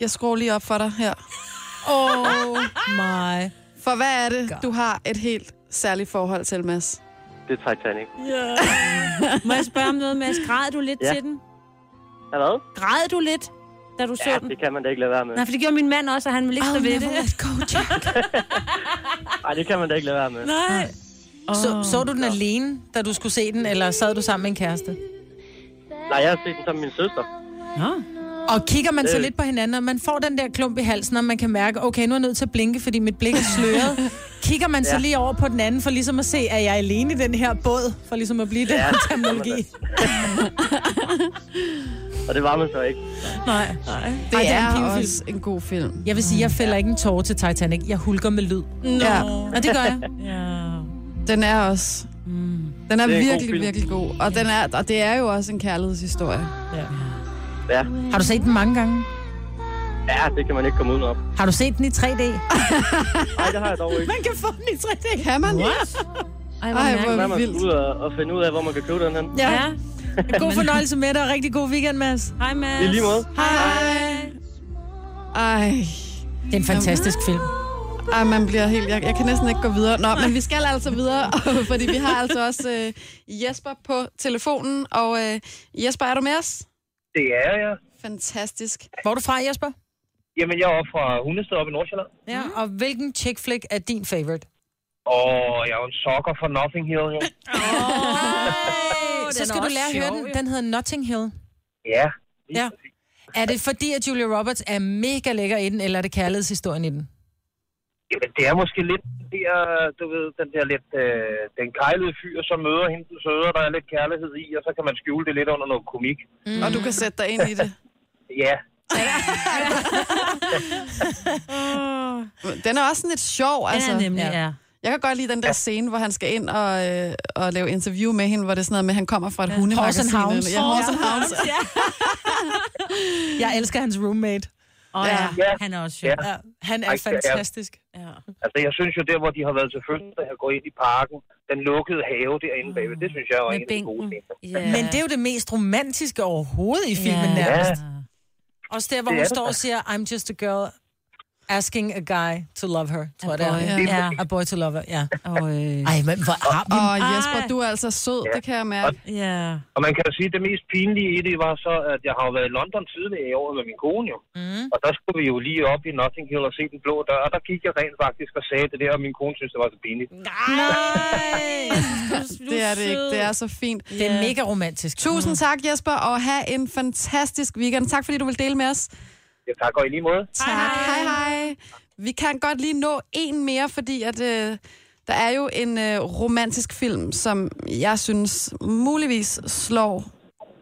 S1: jeg skruer lige op for dig her.
S3: Oh my.
S1: For hvad er det, du har et helt særligt forhold til, Mads?
S7: Det er Titanic.
S2: Må jeg spørge om noget, Mads? Græd du lidt
S7: Ja.
S2: til den?
S7: Ja, hvad?
S2: Græd du lidt, da du så
S7: Ja,
S2: den?
S7: det kan man da ikke lade være med.
S2: Nej, for det gjorde min mand også, og han ville ikke stå ved det.
S7: Nej, det kan man da ikke lade være med.
S2: Nej.
S3: Så, så du den alene, da du skulle se den, eller sad du sammen med en kæreste?
S7: Nej, jeg har set den sammen med min søster.
S2: Nå.
S3: Og kigger man så
S7: Øh.
S3: lidt på hinanden, og man får den der klump i halsen, og man kan mærke, okay, nu er jeg nødt til at blinke, fordi mit blik er
S7: (laughs)
S3: sløret. Kigger man så
S7: Ja.
S3: lige over på den anden, for ligesom at se, er jeg alene i den her båd, for ligesom at blive den
S7: Ja,
S3: her
S7: det kan man
S3: terminologi.
S7: (laughs) Og det var man så ikke.
S3: Nej, nej.
S1: Det Ej,
S3: Ej,
S1: det er,
S3: en
S1: er
S3: pivfilm.
S1: også en god film.
S3: Jeg vil sige, jeg fælder ikke en tårer til Titanic. Jeg hulker med lyd.
S1: Nå. Ja,
S3: Og det gør
S7: (laughs)
S3: jeg.
S2: Ja.
S1: den er også... Den er,
S7: Det er en god
S1: virkelig,
S7: film.
S1: virkelig god. Og, den er, og det er jo også en kærlighedshistorie.
S7: Ja,
S3: Har du set den mange gange?
S7: ja det kan man ikke komme udenom.
S3: Har du set den i 3D?
S7: Nej, det har jeg dog ikke.
S3: Man kan få den i 3D.
S1: Kan man?
S2: Ej, hvor
S1: Ej,
S2: mærkeligt.
S7: Så er
S1: hvor
S7: man
S1: vildt.
S7: sgu ud og, og finde ud af, hvor man kan købe den hen.
S3: Ja.
S2: Ja.
S3: God fornøjelse med dig, og rigtig god weekend, Mads.
S2: Hej, Mads.
S7: I lige måde.
S1: Hej. Ej.
S3: Det er en fantastisk film.
S1: Ej, man bliver helt... Jeg, jeg kan næsten ikke gå videre. Nå, men vi skal altså videre, (laughs) fordi vi har altså også øh, Jesper på telefonen. Og øh, Jesper, er du med os?
S8: Det er jeg.
S1: Fantastisk.
S3: Hvor er du fra, Jesper? Mm.
S8: Jamen, jeg er oppe fra Hundested oppe i Nordsjælland.
S3: Ja. Og hvilken chick flick er din favorite?
S8: Og jeg er jo en sokker for Nothing Hill. jo.
S3: Oh, så skal du lære at høre den. Den hedder Notting Hill.
S8: Ja.
S3: Ja. Er det fordi, at Julia Roberts er mega lækker i den, eller er det kærlighedshistorien i den?
S8: Jamen, det er måske lidt den der, du ved, den der lidt, øh, den kejlede fyr, som møder hende den søde, og der er lidt kærlighed i, og så kan man skjule det lidt under noget komik.
S1: Mm. Og du kan sætte dig ind i det.
S8: Ja.
S1: Den er også sådan lidt sjov, altså.
S2: Altså, ja, nemlig, ja.
S1: Jeg kan godt lide den der scene, hvor han skal ind og, øh, og lave interview med hende, hvor det er sådan noget med, at han kommer fra et ja.
S3: Horse
S1: hundemagasin.
S3: and Hounds.
S1: Ja, Horse and Hounds.
S2: Ja.
S3: Jeg elsker hans roommate.
S2: Og ja. Øh,
S8: Ja.
S2: han er også sjov.
S8: Ja.
S3: Ja, han er
S8: Ej, det er-
S3: fantastisk.
S2: Ja.
S8: Altså, jeg synes jo, der hvor de har været til fødselsdag og gået ind i parken, den lukkede have derinde bagved, det synes jeg var
S2: Med
S8: en af de gode
S2: bænken.
S8: ting.
S2: Ja.
S3: Men det er jo det mest romantiske overhovedet i filmen
S2: Ja.
S3: nærmest. Også der, hvor
S8: Det
S3: hun
S8: er det
S3: står og siger, I'm just a girl asking a guy to love her, tror jeg det er.
S2: ja. ja.
S3: A boy to love her, ja.
S2: Og, øh,
S3: Ej, men hvor har vi...
S1: Og Jesper, du er altså sød, det kan jeg mærke.
S2: ja.
S8: Og man kan jo sige, at det mest pinlige i det var så, at jeg har jo været i London tidligere i år med min kone jo. Mm. Og der skulle vi jo lige op i Notting Hill og se den blå dør, og der gik jeg rent faktisk og sagde det der, og min kone synes, det var så pinligt.
S2: Nej.
S1: Det er Mm. det ikke. Det er så fint.
S3: Det er mega romantisk.
S1: Tusind tak, Jesper, og have en fantastisk weekend. Tak, fordi du vil dele med os.
S8: Jeg takker i lige måde.
S1: Tak. Hej, hej. hej. Vi kan godt lige nå en mere, fordi at, øh, der er jo en øh, romantisk film, som jeg synes muligvis slår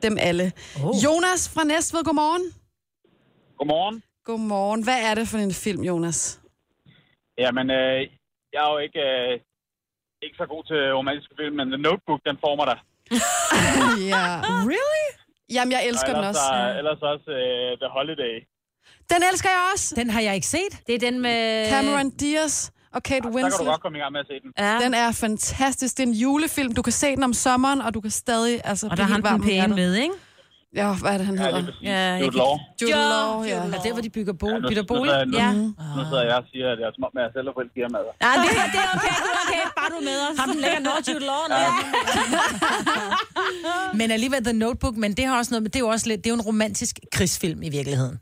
S1: dem alle. Oh. Jonas fra Næstved, godmorgen.
S9: Godmorgen.
S1: Godmorgen. Hvad er det for en film, Jonas?
S9: Jamen, øh, jeg er jo ikke, øh, ikke så god til romantiske film, men The Notebook, den former dig.
S1: (laughs) Ja.
S3: Really?
S1: Jamen, jeg elsker den
S9: ellers,
S6: altså,
S1: også.
S9: er- ellers også øh, The Holiday.
S1: Den elsker jeg også.
S3: Den har jeg ikke set.
S2: Det er den med...
S1: Cameron Diaz
S9: Der
S1: og Kate
S9: kan du
S1: Winslet.
S9: godt komme i gang med at se den.
S2: Ja.
S1: Den er fantastisk. Det er en julefilm. Du kan se den om sommeren, og du kan stadig... Altså,
S2: Og der
S1: blive
S2: er han
S1: helt varm
S2: den
S1: om hjertet.
S2: pæne med, ikke?
S1: Ja, hvad er det, han
S9: Ja,
S1: hedder?
S9: lige præcis.
S2: Ja,
S9: Ja,
S2: jeg
S9: det er
S2: kan-
S9: lov.
S1: Jude Law, ja.
S3: Er der, hvor de bygger bo-
S9: Ja, nu,
S3: bytter
S9: nu,
S3: bolig?
S9: sidder jeg- nu,
S2: Ja.
S9: nu sidder jeg og siger, at jeg er små med at selv og få et gear med dig.
S2: Nej, det, det er okay, det er okay. (laughs) Bare du er med os.
S3: Har den lækker Nordjylland? Ja. men alligevel The Notebook, men det har også noget med, det er jo også lidt, det er jo en romantisk krigsfilm i virkeligheden.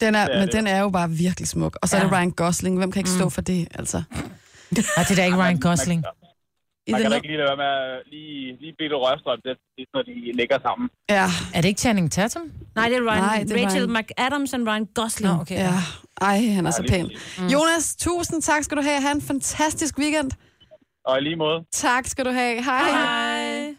S1: Den er,
S9: Det er
S1: men
S9: det.
S1: den er jo bare virkelig smuk. Og så ja. er det Ryan Gosling. Hvem kan ikke stå for det, altså?
S3: Og det er da ikke Ryan Gosling.
S1: I
S9: Man kan
S1: den
S9: da
S1: her-
S9: ikke lige lade være med at lige, lige blive det røvstrøm, det, det er, når de ligger sammen.
S1: Ja,
S3: Er det ikke Channing Tatum?
S2: Nej, det er Ryan,
S1: Nej, det er
S2: Rachel
S1: Ryan.
S2: McAdams og Ryan Gosling.
S3: Nå, okay.
S1: ja. Mm. Ej, han er så
S9: lige
S1: pæn. Jonas, tusind tak skal du have. Ha' en fantastisk weekend.
S9: Og i lige måde,
S1: Tak skal du have. Hej.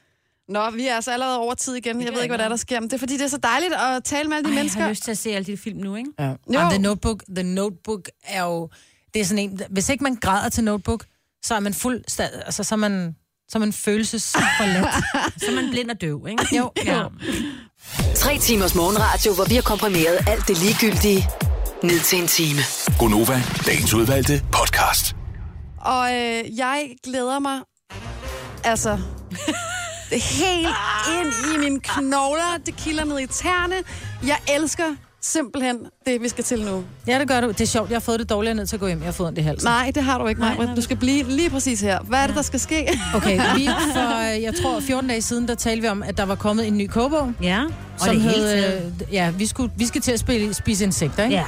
S1: Nå, vi er altså allerede over tid igen. Jeg ved ikke, hvad der, er, der sker. Men det er, fordi det er så dejligt at tale med alle de
S2: Ej, jeg
S1: mennesker.
S2: har lyst til at se alle de film nu, ikke?
S3: Ja.
S1: Jo.
S3: Og The Notebook, The Notebook er jo... Det er sådan en... Hvis ikke man græder til Notebook, så er man fuldstændig... Altså, så er man, så er man (laughs) følelsesforladt.
S2: Så er man blind og døv, ikke? Jo. Ja.
S4: Tre timers morgenradio, hvor vi har komprimeret alt det ligegyldige ned til en time.
S5: Gonova, dagens udvalgte podcast.
S1: Og øh, jeg glæder mig altså... Det er helt ind i mine knogler. Det kilder ned i tæerne. Jeg elsker simpelthen det, vi skal til nu.
S3: Ja, det gør du. Det er sjovt, jeg har fået det dårligt, jeg er nødt til at gå hjem. Jeg har fået ondt i halsen.
S1: Nej, det har du ikke, Maja. Du skal blive lige præcis her. Hvad er det, der skal ske?
S3: Okay, vi for, øh, jeg tror, 14 dage siden, der talte vi om, at der var kommet en ny kogebog.
S2: Ja, og
S3: som
S2: det hele
S3: hed,
S2: tiden.
S3: øh, ja, vi, skulle, vi skal til at spille, spise insekter, ikke?
S2: Ja.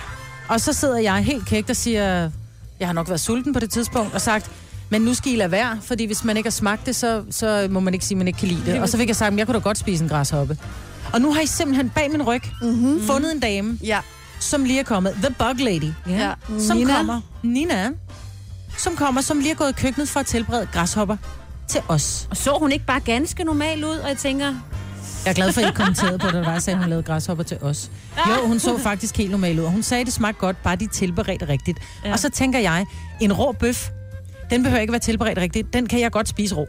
S3: Og så sidder jeg helt kægt og siger, jeg har nok været sulten på det tidspunkt, og sagt, men nu skal I lade være, fordi hvis man ikke har smagt det, så, så må man ikke sige, at man ikke kan lide det. Og så fik jeg sagt, at jeg kunne da godt spise en græshoppe. Og nu har I simpelthen bag min ryg
S2: Mhm.
S3: mm-hmm. fundet en dame,
S1: Ja.
S3: som lige er kommet. The Bug Lady.
S1: ja.
S3: Som
S1: Nina.
S3: kommer. Nina. Som kommer, som lige er gået i køkkenet for at tilberede græshopper til os.
S2: Og så hun ikke bare ganske normal ud, og jeg tænker,
S3: Jeg er glad for, at I kommenterede på det, der var, at hun lavede græshopper til os. Jo, hun så faktisk helt normal ud, og hun sagde, at det smagte godt, bare de tilberedte rigtigt. Ja. Og så tænker jeg, en rå bøf, den behøver ikke være tilberedt rigtigt, den kan jeg godt spise rå.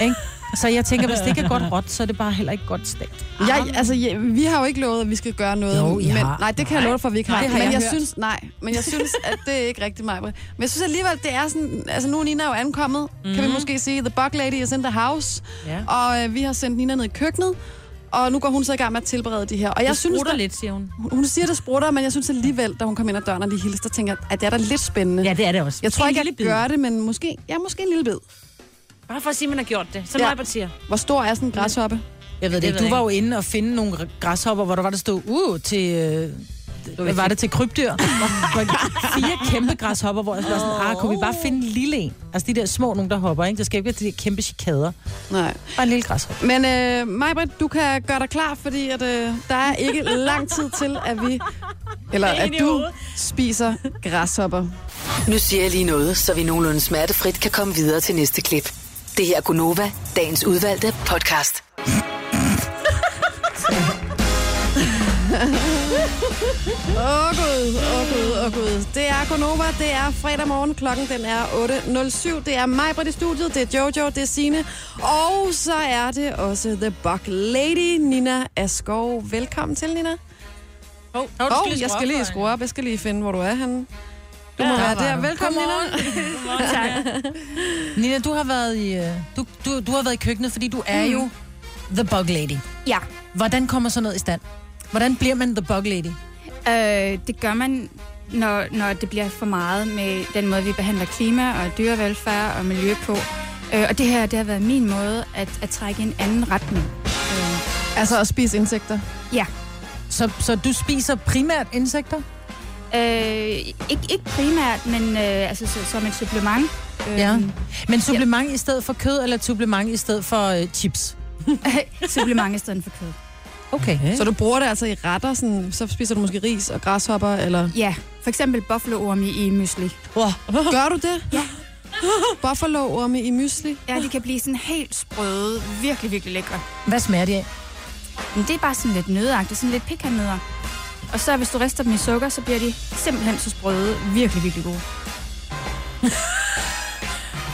S3: Ikke? Så jeg tænker, hvis det ikke er godt råt, så er det bare heller ikke godt stegt.
S1: Jeg, altså, ja, vi har jo ikke lovet, at vi skal gøre noget.
S3: Jo, I
S1: men,
S3: har.
S1: Nej, det kan jeg love dig for, at vi ikke har.
S3: det har
S1: men
S3: jeg
S1: jeg
S3: hørt.
S1: synes, nej, men jeg synes, at det er ikke rigtigt mig. Men jeg synes alligevel, det er sådan... Altså, nu er Nina jo ankommet. Mm-hmm. Kan vi måske sige, The Bug Lady is in the house.
S2: Ja.
S1: Og øh, vi har sendt Nina ned i køkkenet. Og nu går hun så i gang med at tilberede de her. Og jeg
S2: jeg
S1: synes,
S2: synes, lidt, siger hun.
S1: hun- hun siger, det sprutter, men jeg synes alligevel, da hun kom ind ad døren og lige hilste, der tænker jeg, at det er da lidt spændende.
S2: Ja, det er det også.
S1: Jeg tror
S2: En
S1: ikke,
S2: lille
S1: jeg
S2: bid.
S1: gør det, men måske, ja, måske en lille bid.
S2: Bare for at sige, at man har gjort det. Så
S1: Ja.
S2: ja. Majbert siger.
S1: Hvor stor er sådan en græshoppe?
S3: Jeg ved det,
S2: Det
S3: ikke.
S2: ved
S3: Du var
S2: jeg
S3: jo inde og finde nogle gr- græshopper, hvor der var, der stod, uh, til... Øh, hvad var det til krybdyr? (laughs) Hvor Fire kæmpe græshopper, hvor jeg var sådan, ah, kunne vi bare finde en lille en? Altså de der små nogen, der hopper, ikke? Der skal ikke være de der kæmpe chikader.
S1: Nej.
S3: Bare en lille græshopper.
S1: Men øh, Majbrit, du kan gøre dig klar, fordi at, øh, der er ikke lang tid til, at vi eller at du spiser græshopper.
S4: Nu siger jeg lige noget, så vi nogenlunde smertefrit kan komme videre til næste klip. Det her er Gunova, dagens udvalgte podcast.
S1: Åh gud, åh gud, åh gud. Det er Konova, det er fredag morgen, klokken den er 8.07. Det er mig i studiet, det er Jojo, det er Sine og så er det også The Buck Lady, Nina Askov. Velkommen til, Nina.
S2: Hov,
S1: Åh, oh, jeg skal lige skrue op, jeg skal lige finde, hvor du er henne. Du må
S3: Ja,
S1: være
S3: der var
S1: der.
S3: du.
S1: Velkommen, Nina.
S3: Nina, du har været i, øh, du, du, du har været i køkkenet, fordi du er mm. jo the bug lady.
S10: Ja,
S3: Hvordan kommer sådan noget i stand? Hvordan bliver man the bug lady?
S10: øh, det gør man, når, når det bliver for meget med den måde, vi behandler klima og dyrevelfærd og miljø på. Øh, og det her, det har været min måde at, at trække i en anden retning. Øh,
S1: Altså at spise insekter.
S10: ja.
S3: Så, så du spiser primært insekter?
S10: Øh, ikke, ikke primært, men øh, altså, så, som et supplement. (laughs) Øh,
S3: Men supplement i stedet for kød, eller supplement i stedet for øh, chips?
S10: supplement i stedet for kød.
S3: Okay. okay.
S1: Så
S3: Så
S1: du bruger det altså i retter, sådan, så spiser du måske ris og græshopper, eller...
S10: Ja, for eksempel buffaloorm i, i mysli.
S1: Gør du det? Ja. Buffalo-orme i mysli?
S10: Ja, de kan blive sådan helt sprøde, virkelig, virkelig lækre.
S3: hvad smager de af?
S10: Men det er bare sådan lidt nødagtigt, sådan lidt pekannødder. Og så hvis du rister dem i sukker, så bliver de simpelthen så sprøde, virkelig, virkelig gode.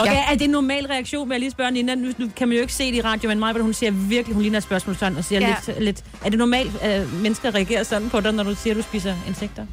S2: Okay, ja. er det en normal reaktion, vil jeg lige spørge Nina? Nu, nu kan man jo ikke se det i radio, men Majbert, hun siger virkelig, hun ligner et spørgsmålstegn og siger
S10: Ja.
S2: ja. lidt, lidt... Er det normalt, at mennesker reagerer sådan på dig, når du siger, at du spiser insekter?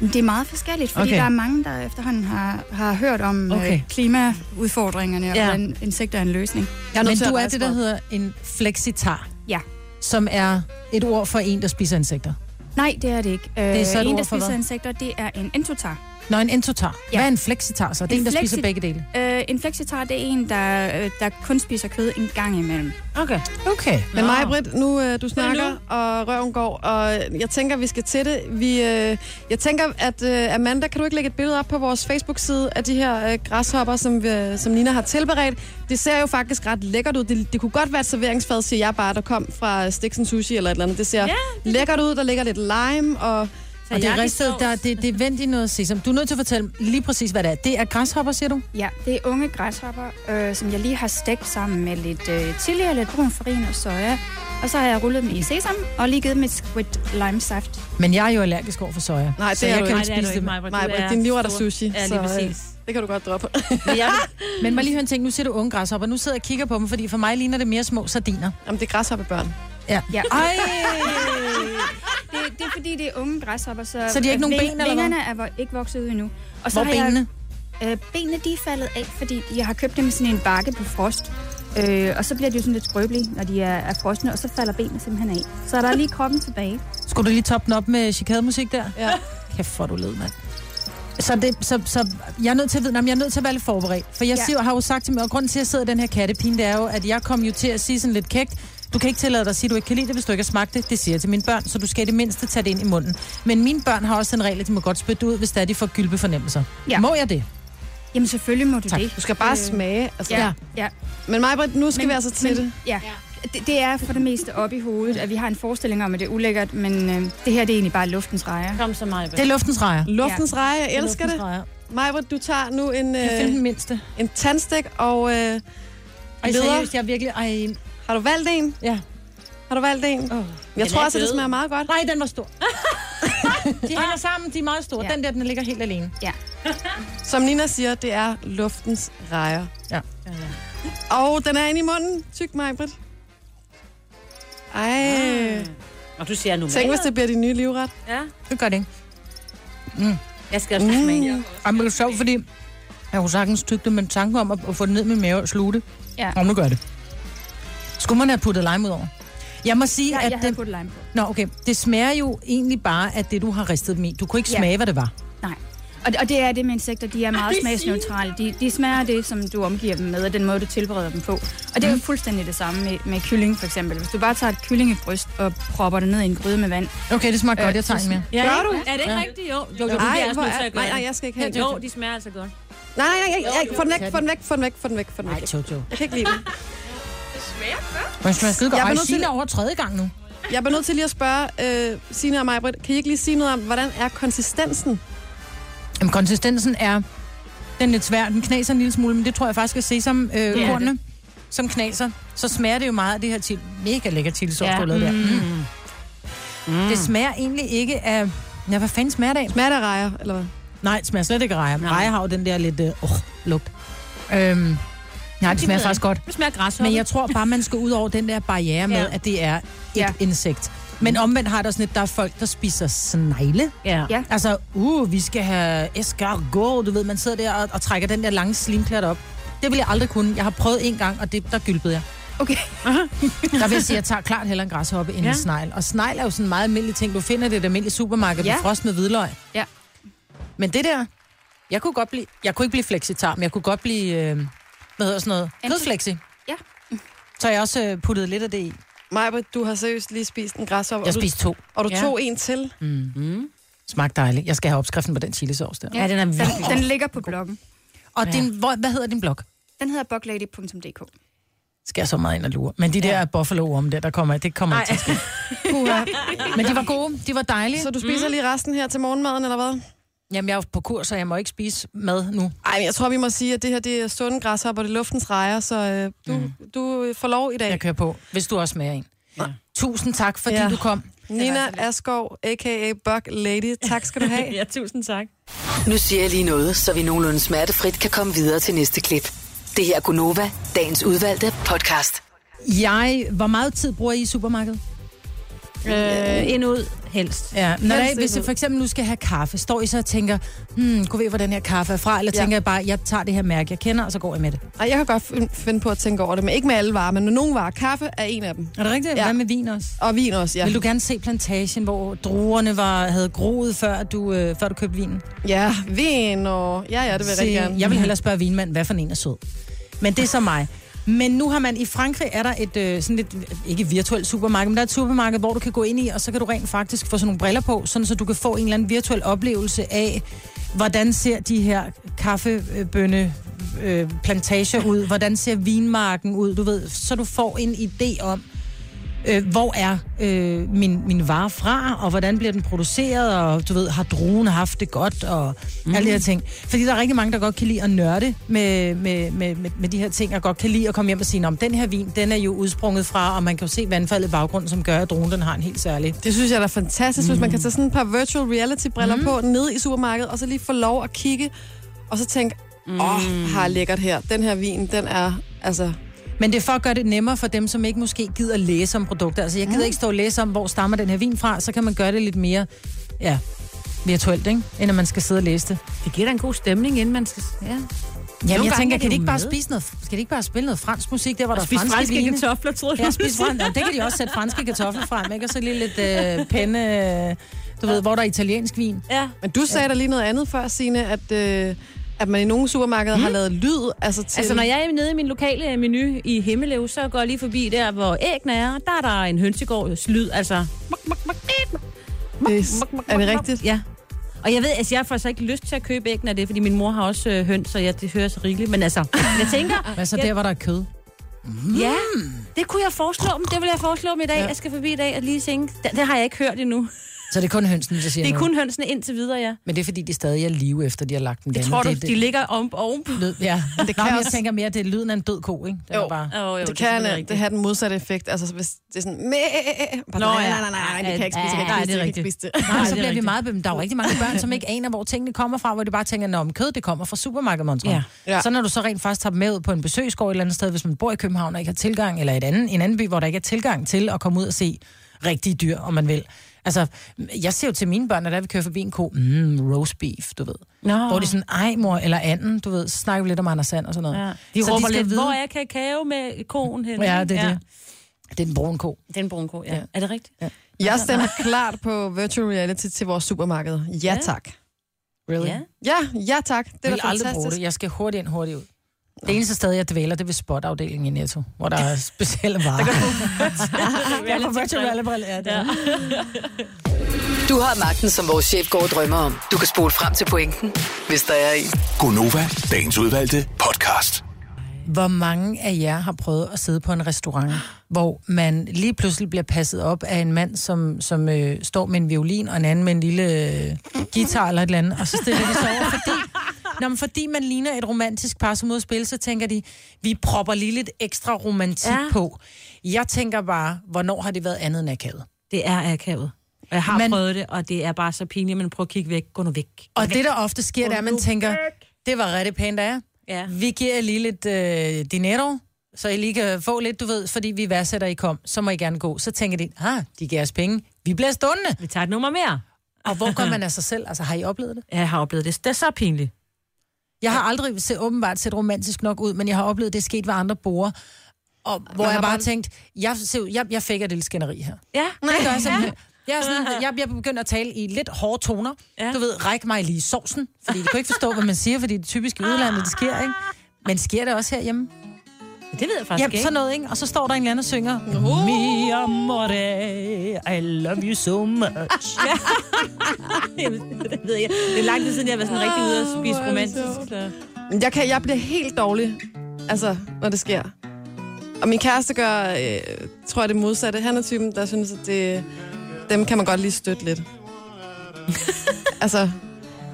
S10: Men Det er meget forskelligt, fordi
S3: Okay.
S10: okay. der er mange, der efterhånden har, har hørt om okay.
S3: Okay.
S10: øh, klimaudfordringerne, og
S2: Ja.
S10: hvordan insekter er en løsning.
S1: Jeg nødt
S3: Men
S1: til at
S3: du er
S1: rejse
S3: det, der
S1: mig op.
S3: hedder en flexitar,
S10: Ja.
S3: som er et ord for en, der spiser insekter.
S10: Nej, det er det ikke. Øh,
S3: er så et
S10: en,
S3: ord
S10: der
S3: for
S10: spiser
S3: hvad?
S10: insekter, det er en entotar.
S3: Nå, en entotar. Ja.
S10: Ja.
S3: Hvad er en flexitar så? Det er en,
S10: En
S3: en der
S10: flexi-
S3: spiser begge dele.
S10: Øh, en flexitar, det er en, der, øh, der kun spiser kød en gang imellem.
S2: Okay.
S3: Okay.
S1: Men
S2: Nå.
S1: mig, Britt, nu øh, du snakker,
S2: nu?
S1: og røven går, og jeg tænker, vi skal til det. Vi, øh, jeg tænker, at øh, Amanda, kan du ikke lægge et billede op på vores Facebook-side af de her øh, græshopper, som, øh, som Nina har tilberedt? Det ser jo faktisk ret lækkert ud. Det, det kunne godt være et serveringsfad, siger jeg bare, der kom fra Stiksen Sushi eller et eller andet. Det ser ja, det lækkert ud, der ligger lidt lime, og
S3: Og det er
S2: ristet,
S3: ristet, der, det, det er vendt i noget sesam. Du er nødt til at fortælle lige præcis, hvad det er. Det er græshopper, siger du?
S10: Ja, det er unge græshopper, øh, som jeg lige har stegt sammen med lidt øh, chili og lidt brun farin og soja. Og så har jeg rullet dem i sesam og lige givet dem et squid lime saft.
S3: Men jeg er jo allergisk over for soja.
S1: Nej,
S3: så
S1: det er
S3: jeg
S1: du
S3: kan
S1: ikke.
S3: ikke spise det.
S2: Majbert.
S1: mig,
S2: Du er
S1: Britt, din livret er
S2: stor.
S1: sushi.
S2: Ja,
S1: så, øh,
S2: lige præcis.
S1: det kan du godt droppe.
S2: Men jeg,
S3: Men mig lige høre en ting. Nu ser du unge græshopper. Nu sidder jeg og kigger på dem, fordi for mig ligner det mere små sardiner.
S1: (laughs) Jamen, det er græshoppebørn.
S3: Ja.
S10: Ja.
S3: Ej!
S10: (laughs) Det, det er fordi, det er unge græshopper, så,
S3: Så de har ikke nogen ben, eller hvad?
S10: vingerne er vo- ikke vokset ud endnu. Og så
S3: Hvor
S10: har
S3: benene?
S10: Jeg, øh, benene de er faldet af, fordi jeg har købt dem i sådan en bakke på frost. Øh, og så bliver de jo sådan lidt skrøbelige, når de er, er frosne, og så falder benene simpelthen af. Så er der lige kroppen tilbage.
S3: Skulle du lige toppe den op med chikademusik der?
S1: Ja.
S3: Kæft, hvor er du led, mand. Så, det, så, så jeg er nødt til at vide, om jeg er nødt til at være lidt forberedt. For jeg
S10: Ja.
S3: ja. siger, har jo sagt til mig, og grunden til, at jeg sidder i den her kattepine, det er jo, at jeg kom jo til at sige sådan lidt kægt, du kan ikke tillade dig at sige, at du ikke kan lide det, hvis du ikke har smagt det. Det siger jeg til mine børn, så du skal i det mindste tage det ind i munden. Men mine børn har også en regel, at de må godt spytte ud, hvis der de får gylpe fornemmelser.
S10: Ja.
S3: Må jeg det?
S10: Jamen selvfølgelig må du
S3: Tak.
S10: det.
S1: Du skal bare smage. Altså.
S10: Ja, ja.
S1: Men Majbrit, nu skal
S10: Men-
S1: vi altså til
S10: men-
S1: det.
S10: Ja. Det, det er for det meste op i hovedet, at vi har en forestilling om, at det er ulækkert, men øh, det her det er egentlig bare luftens rejer.
S2: Kom så meget.
S3: Det er luftens rejer.
S1: Luftens reje, jeg elsker det.
S3: Rejer.
S1: Majbrit, du tager nu en,
S3: Jeg finder
S1: øh,
S3: den mindste.
S1: en tandstik, og øh,
S3: Ej,
S1: leder.
S3: seriøst, jeg er virkelig... Ej,
S1: har du valgt en?
S3: ja.
S1: Har du valgt en?
S3: Oh.
S1: Jeg tror
S2: er
S1: altså, det
S2: død.
S1: smager meget godt.
S3: Nej, den var stor. de hænger sammen, de er meget store.
S10: Ja.
S3: Ja. Den der, den ligger helt alene.
S1: Som Nina siger, det er luftens rejer.
S3: Ja.
S1: Og den er inde i munden. Tyk, Majbrit. Ej.
S2: Og du siger nu.
S1: Tænk, hvis det bliver din nye livret.
S2: Ja.
S3: Det gør det ikke.
S2: Jeg skal også smage.
S3: Jamen, det er sjovt, fordi jeg kunne sagtens tygge det, men tanken om at at få det ned med mave og sluge det.
S10: Ja.
S3: Om nu gør jeg det. Skulle man have puttet lime ud over? Jeg må sige,
S10: Ja,
S3: at
S10: jeg havde
S3: den...
S10: puttet lime på.
S3: Nå, okay. Det smager jo egentlig bare af det, du har ristet dem i. Du kunne ikke
S10: Ja.
S3: smage, hvad det var.
S10: Nej. Og det, og det er det med insekter, de er meget smagsneutrale. De, de smager det, som du omgiver dem med, og den måde, du tilbereder dem på. Og det er jo fuldstændig det samme med, med kylling, for eksempel. Hvis du bare tager et kyllingebryst og propper det ned i en gryde med vand.
S3: Okay, det smager
S10: Øh,
S3: godt. Jeg tager en mere.
S2: Ja,
S1: Gør
S2: ikke?
S1: du?
S2: Er det ikke rigtigt? Jo. Jo, jo, du
S1: Ej,
S2: bliver også
S1: hvor
S2: nødt til
S1: er,
S2: at gøre
S1: nej, nej,
S2: det.
S1: jeg skal ikke have den.
S2: Jo, de smager altså godt.
S1: Nej, nej, nej, nej, få den væk, få den væk, få den væk, få den væk, få den
S3: Nej,
S1: væk.
S3: Jojo.
S1: Jeg kan ikke lide den.
S3: Men smager skide godt.
S1: Jeg er
S3: Ej,
S1: nødt til-
S3: Signe er over tredje gang nu.
S1: Jeg bliver nødt til lige at spørge øh, Signe og Majbrit, kan I ikke lige sige noget om, hvordan er konsistensen?
S3: Jamen, konsistensen er... Den er lidt svær. Den knaser en lille smule, men det tror jeg faktisk er sesamkornene, øh, kornene, som knaser. Så smager det jo meget af det her til mega lækker chilisauce, ja. du har lavet der. Mm. Mm. Det smager egentlig ikke af... Ja, hvad fanden smager det af?
S1: Smager det af rejer, eller hvad?
S3: Nej, det smager slet ikke af rejer. Rejer har jo den der lidt... Øh, oh, lugt. Øhm, nej, det smager faktisk godt.
S2: Det smager græs.
S3: Men jeg tror bare, man skal ud over den der barriere med,
S2: Ja.
S3: at det er et
S10: Ja.
S3: insekt. Men omvendt har der sådan et, der er folk, der spiser snegle.
S2: Ja.
S10: Ja.
S3: Altså, uh, vi skal have escargot, du ved, man sidder der og, og trækker den der lange slimklat op. Det vil jeg aldrig kunne. Jeg har prøvet en gang, og det, der gylpede jeg.
S10: (laughs) Okay.
S3: Der vil jeg sige, at jeg tager klart hellere en græshoppe end ja. en
S2: Ja.
S3: snegl. Og snegl er jo sådan en meget almindelig ting. Du finder det i et almindeligt supermarked ja.
S10: Ja.
S3: med frost med hvidløg.
S10: Ja.
S3: Men det der, jeg kunne godt blive, jeg kunne ikke blive flexitar, men jeg kunne godt blive, øh, hvad hedder sådan noget,
S10: Anti-
S3: kødflexi.
S10: Ja.
S3: Så jeg også øh, puttede lidt af det i.
S1: Majbrit, du har seriøst lige spist en græshoppe,
S3: Jeg
S1: og du,
S3: spiste to.
S1: og du
S2: Ja.
S1: tog en til. (laughs)
S3: Smagte dejligt. Jeg skal have opskriften på den chilisauce der.
S10: Ja.
S2: Ja, den er
S10: Den,
S2: virkelig.
S10: den ligger på bloggen.
S3: Og din, hvor, hvad hedder din blog?
S10: Den hedder boglady.dk.
S3: skal jeg så meget ind og lure. Men de der ja. buffalo om der, der kommer, det kommer ikke til at ske. Puha. Men de var gode, de var dejlige.
S1: Så
S3: Så...
S1: du spiser lige resten her til morgenmaden, eller hvad?
S3: Jamen, jeg er jo på kurs, så jeg må ikke spise mad nu.
S1: Ej, men jeg tror, vi må sige, at det her det er sunde græshopper, det er luftens rejer, så øh, du, mm. du øh, får lov i dag.
S3: Jeg kører på, hvis du også smager en. Ja. Tusind tak, fordi
S1: Ja.
S3: ja. du kom.
S1: Nina Askov, a.k.a. Bug Lady, tak skal du (laughs) have.
S2: (laughs) Ja, tusind tak.
S4: Nu siger jeg lige noget, så vi nogenlunde smertefrit kan komme videre til næste klip. Det her er Gunova, dagens udvalgte podcast.
S3: Jeg, hvor meget tid bruger I i supermarkedet?
S2: Øh, ind ud helst.
S3: Ja, når
S1: Helst
S3: jeg, hvis
S1: ikke
S3: jeg for eksempel nu skal have kaffe, står I så og tænker, hmm, kunne vi hvor den her kaffe er fra? Eller
S1: Ja.
S3: ja. tænker jeg bare, jeg tager det her mærke, jeg kender, og så går jeg med det.
S1: Ej, jeg kan godt fin- finde på at tænke over det, men ikke med alle varer, men med nogle varer. Kaffe er en af dem.
S3: Er det rigtigt?
S1: Ja.
S3: Ja. Hvad med vin også?
S1: Og vin også, ja.
S3: Vil du gerne se plantagen, hvor druerne var, havde groet, før du, øh, før du købte vinen?
S1: Ja, vin og... Ja, ja, det vil jeg
S3: Se,
S1: rigtig gerne.
S3: Jeg vil hellere spørge vinmanden, hvad for en er sød. Men det er så mig. Men nu har man i Frankrig, er der et øh, sådan lidt, ikke virtuelt supermarked, men der er et supermarked, hvor du kan gå ind i, og så kan du rent faktisk få sådan nogle briller på, sådan så du kan få en eller anden virtuel oplevelse af, hvordan ser de her kaffebønne øh, plantager ud, hvordan ser vinmarken ud, du ved, så du får en idé om, øh, hvor er øh, min, min vare fra, og hvordan bliver den produceret, og du ved, har druen haft det godt, og mm. alle de her ting. Fordi der er rigtig mange, der godt kan lide at nørde med, med, med, med, med de her ting, og godt kan lide at komme hjem og sige, om den her vin, den er jo udsprunget fra, og man kan jo se vandfaldet i baggrunden, som gør, at druen den har en helt særlig.
S1: Det synes jeg er fantastisk, hvis man kan tage sådan et par virtual reality-briller på nede i supermarkedet, og så lige få lov at kigge, og så tænke, åh, oh, har jeg lækkert her. Den her vin, den er, altså...
S3: Men det er for at gøre det nemmere for dem, som ikke måske gider læse om produkter. Altså, jeg gider ikke stå og læse om, hvor stammer den her vin fra, så kan man gøre det lidt mere, ja, virtuelt, ikke? End at man skal sidde og læse det.
S2: Det giver da en god stemning, inden man skal... Ja.
S3: Jamen,
S2: Nogle
S3: jeg
S2: gange
S3: tænker,
S2: er det
S3: kan de
S2: jo
S3: ikke bare
S2: med.
S3: spise noget, skal de ikke bare spille noget fransk musik, der var
S2: Og
S3: der er
S2: spise
S3: franske,
S2: franske
S3: vine?
S2: kartofler, troede jeg,
S3: Ja,
S2: du
S3: spise
S2: ville sige.
S3: franske. Og det kan de også sætte franske kartofler frem, ikke? Og så lige lidt øh, penne, øh, du ved, hvor der er italiensk vin.
S2: (laughs) Ja.
S1: Men du sagde der lige noget andet før, Signe, at, øh, at man i nogle supermarkeder mm. har lavet lyd. Altså, til...
S11: Altså, når jeg er nede i min lokale øh, menu i Himmelev, så går jeg lige forbi der, hvor æggene er. Der er der en hønsegårds lyd, altså...
S1: Er det rigtigt?
S11: Ja. Og jeg ved, altså jeg har faktisk ikke lyst til at købe æggene af det, fordi min mor har også øh, høns, så jeg, det hører så rigeligt. Men
S2: (laughs)
S11: altså, jeg tænker...
S3: Hvad så
S11: jeg,
S3: Altså, der, hvor der er kød?
S11: Ja, det kunne jeg foreslå dem. Det vil jeg foreslå dem i dag.
S3: Ja.
S11: Ja. Jeg skal forbi i dag og lige tænke. Det, det har jeg ikke hørt endnu.
S3: Så det er kun hønsene, der siger
S11: Det er
S3: noget.
S11: kun hønsene indtil videre, ja.
S3: Men det er fordi, de stadig er live, efter de har lagt dem
S11: Det
S3: dernede.
S11: tror du,
S3: det,
S11: de ligger om, ovenpå.
S3: Lød, ja,
S1: Men
S3: det
S1: det
S3: kan Nå,
S1: kan
S3: men jeg
S1: også-
S3: tænker mere, det er lyden af en død ko, ikke? Den
S1: Jo.
S3: er bare...
S11: jo,
S1: det,
S11: det
S1: det
S11: er
S1: kan
S11: selvfølgelig
S1: det, det har den modsatte effekt. Altså, hvis det er sådan... Mæh, bare,
S3: Nå,
S1: nej,
S3: ja.
S1: nej, nej, nej, nej, det kan ikke spise, jeg
S3: Ja,
S1: kan
S3: det
S1: ikke
S3: er
S1: spise, jeg kan ikke spise
S3: rigtigt.
S1: det.
S3: Nej, så bliver vi meget bemærket. Der er jo rigtig mange børn, som ikke aner, hvor tingene kommer fra, hvor de bare tænker, at kød det kommer fra supermarkedet, ja.
S1: Ja.
S3: Så når du så rent faktisk tager dem med ud på en besøgsgård et eller andet sted, hvis man bor i København og ikke har tilgang, eller et anden, en anden by, hvor der ikke er tilgang til at komme ud og se rigtige dyr, om man vil. Altså, jeg ser jo til mine børn, når der vi kører forbi en ko, mm, roast beef, du ved.
S11: Nå.
S3: Hvor de sådan, ej mor, eller anden, du ved, så snakker vi lidt om Anders Sand og sådan noget.
S11: Ja.
S3: De
S11: De
S3: så
S11: råber
S3: de
S11: lidt,
S3: skal
S11: vide...
S3: vide,
S11: hvor er kakao med koen henne?
S3: Ja, det er det. det er den brune ko.
S11: Det er en brun ko, ja. ja. Er det rigtigt?
S3: Ja.
S1: Jeg stemmer klart på virtual reality til vores supermarked. Ja, tak.
S3: Really?
S11: Ja.
S1: Ja, ja tak. Det
S3: Det
S1: er
S3: vil
S1: da
S3: aldrig bruge
S1: fantastisk.
S3: det. Jeg skal hurtigt ind, hurtigt ud. Det eneste sted, jeg dvæler, det er ved spotafdelingen i Netto, hvor der er specielle varer. (laughs)
S11: ah,
S3: jeg er på virtual reality. Ja, det er.
S4: Du har magten, som vores chef går og drømmer om. Du kan spole frem til pointen, hvis der er en.
S5: Gonova, dagens udvalgte podcast.
S3: Hvor mange af jer har prøvet at sidde på en restaurant, hvor man lige pludselig bliver passet op af en mand, som, som øh, står med en violin, og en anden med en lille øh, guitar eller et eller andet, og så stiller de sig over, fordi, når man, fordi man ligner et romantisk par, som er ude at spille, så tænker de, vi propper lige lidt ekstra romantik ja.
S11: Ja.
S3: på. Jeg tænker bare, hvornår har det været andet end akavet?
S11: Det er akavet. Og Jeg har
S3: Men-
S11: men... prøvet det, og det er bare så pinligt, men prøv at kigge væk. Gå nu væk.
S3: Og det, der ofte sker, det er, at man tænker, det var rigtig pænt af jer.
S11: Ja.
S3: Vi giver jer lige lidt øh, dinero, så I lige kan få lidt, du ved, fordi vi værdsætter, I kom. Så må I gerne gå. Så tænker de, ah, de giver os penge. Vi bliver stående.
S11: Vi tager et nummer mere.
S3: Og hvor går man af sig selv? Altså, har I oplevet det?
S11: Ja, Jeg har oplevet det. Det er så pinligt.
S3: Jeg har aldrig se, åbenbart set romantisk nok ud, men jeg har oplevet, det er sket ved andre borer. Og hvor
S1: Man
S3: jeg
S1: har
S3: bare
S1: bare-
S3: tænkte, jeg, ser ud- jeg, jeg fik et lille skænderi her.
S11: Ja,
S3: Nej, det gør jeg simpelthen. Jeg, er sådan, jeg, jeg begynder at tale i lidt hårde toner. Ja.
S11: Ja.
S3: Du ved, ræk mig lige sovsen. Fordi de kan ikke forstå, hvad man siger, fordi det er typisk i udlandet, det sker, ikke? Men sker det også herhjemme?
S11: det ved jeg faktisk
S3: Jamen,
S11: ikke.
S3: sådan noget, ikke? Og så står der en eller anden og synger. Mi amore, I love you
S11: (laughs)
S3: so much.
S11: det ved jeg. Det er lang tid siden, jeg har været sådan rigtig ude og spise romantisk. Så.
S1: Jeg, kan, jeg bliver helt dårlig, altså, når det sker. Og min kæreste gør, øh, tror jeg, det modsatte. Han er typen, der synes, at det, dem kan man godt lige støtte
S3: (laughs)
S1: lidt. altså,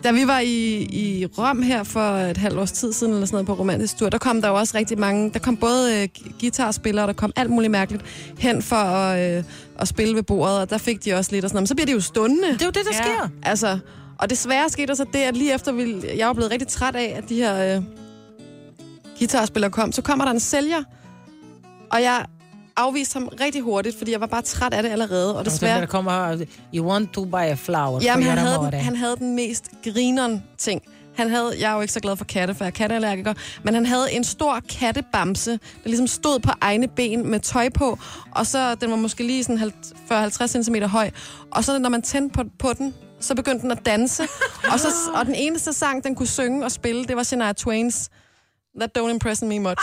S1: da vi var i, i Rom her for et halvt års tid siden, eller sådan noget, på romantisk tur, der kom der jo også rigtig mange, der kom både øh, guitarspillere, der kom alt muligt mærkeligt hen for at, øh, at spille ved bordet, og der fik de også lidt og sådan noget. Men så bliver de jo stundende.
S3: Det er jo det, der
S11: Ja.
S3: sker.
S1: Altså, og desværre skete der så det, at lige efter vi, jeg var blevet rigtig træt af, at de her øh, guitarspillere kom, så kommer der en sælger, og jeg afviste ham rigtig hurtigt, fordi jeg var bare træt af det allerede, og
S3: Desværre.
S1: desværre...
S3: Der kommer, you want to buy a flower.
S1: Jamen,
S3: for
S1: han
S3: your
S1: havde, den,
S3: amore."
S1: han havde den mest grineren ting. Han havde, jeg er jo ikke så glad for katte, for jeg er katteallergiker, men han havde en stor kattebamse, der ligesom stod på egne ben med tøj på, og så den var måske lige sådan 40-50 cm høj, og så når man tændte på, på den, så begyndte den at danse, og, så, og den eneste sang, den kunne synge og spille, det var Shania Twain's That Don't Impress Me Much.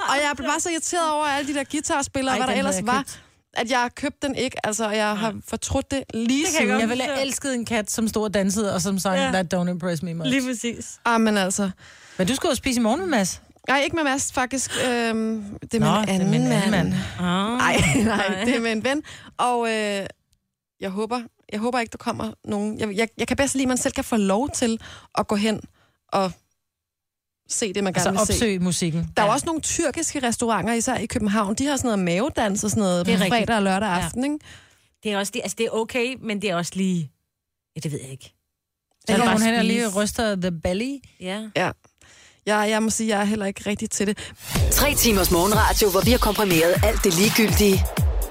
S1: og jeg blev bare så irriteret over alle de der guitarspillere,
S3: Ej,
S1: og hvad der
S3: den havde
S1: ellers
S3: jeg
S1: var
S3: købt.
S1: at jeg købte den ikke, altså og jeg har fortrudt det lige
S11: Det kan jeg
S1: siden.
S11: godt
S3: Jeg ville have elsket en kat, som stod og dansede, og som sang,
S11: Ja.
S3: that don't impress me much.
S11: Lige præcis.
S1: Ah, men altså.
S3: Men du skulle jo spise i morgen med Mads.
S1: Nej, ikke med Mads, faktisk. Øhm, det er
S3: Nå,
S1: med
S3: det
S1: en
S3: er
S1: anden,
S3: med en
S1: mand.
S3: anden mand.
S11: Ah.
S1: Nej, (laughs) nej, det er med en ven. Og øh, jeg håber, jeg håber ikke, der kommer nogen. Jeg, jeg, jeg kan bedst lide, at man selv kan få lov til at gå hen og se det, man gerne
S3: Altså
S1: vil se.
S3: opsøg musikken.
S1: Der er jo også nogle tyrkiske restauranter, især i København. De har sådan noget mavedans og sådan noget
S11: Det er
S1: på
S11: rigtigt.
S1: fredag og lørdag
S11: Ja.
S1: aften, ikke?
S11: Det er også det, altså det er okay, men det er også lige... Ja, det ved jeg ikke.
S3: Så
S11: er det
S3: går
S11: bare
S3: hun hen og
S11: spise.
S3: lige ryster the belly.
S11: Ja.
S1: Ja. Jeg, jeg må sige, jeg er heller ikke rigtig til det.
S4: Tre timers morgenradio, hvor vi har komprimeret alt det ligegyldige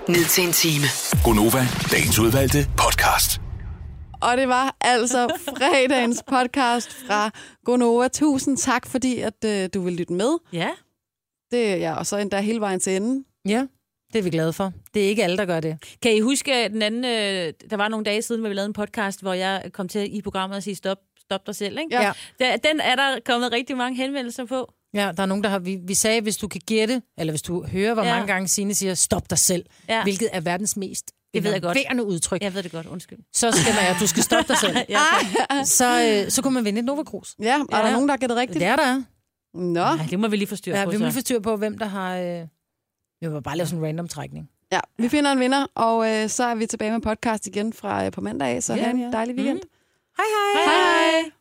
S4: ned til en time.
S5: Gonova, dagens udvalgte podcast.
S1: Og det var altså
S3: (laughs)
S1: fredagens podcast fra Gonova. Tusind tak, fordi at, øh, du vil lytte med.
S2: Ja.
S1: Det, ja, og så endda hele vejen til enden.
S3: Ja, det er vi glade for. Det er ikke alle, der gør det.
S2: Kan I huske at den anden... Øh, der var nogle dage siden, hvor vi lavede en podcast, hvor jeg kom til i programmet at sige stop, stop dig selv, ikke?
S3: Ja.
S2: Der, den er der kommet rigtig mange henvendelser på.
S3: Ja, der er nogen, der har... Vi, vi sagde, hvis du kan gætte, eller hvis du hører, hvor
S2: Ja.
S3: ja. mange gange Signe siger, stop dig selv,
S2: Ja.
S3: ja. hvilket er verdens mest
S2: Det ved jeg godt.
S3: enerverende udtryk.
S2: Jeg ved det godt, undskyld.
S3: Så skal man, ja, du skal stoppe dig selv.
S2: Ja, tak.
S3: så, øh, så kunne man vinde et Nova Cruz.
S1: Ja, er der nogen, der har gættet rigtigt?
S3: Det er der. er.
S1: Nå.
S2: Ej, det må vi lige få styr
S3: Ja,
S2: på,
S3: vi må
S2: så.
S3: lige få styr på, hvem der har... Øh... Vi må bare lave sådan en random trækning.
S1: Ja, vi finder en vinder, og øh, så er vi tilbage med podcast igen fra øh, på mandag af, så
S3: Ja,
S1: yeah,
S3: Mm.
S1: have en
S3: ja.
S1: dejlig weekend.
S3: Hej hej! hej, hej.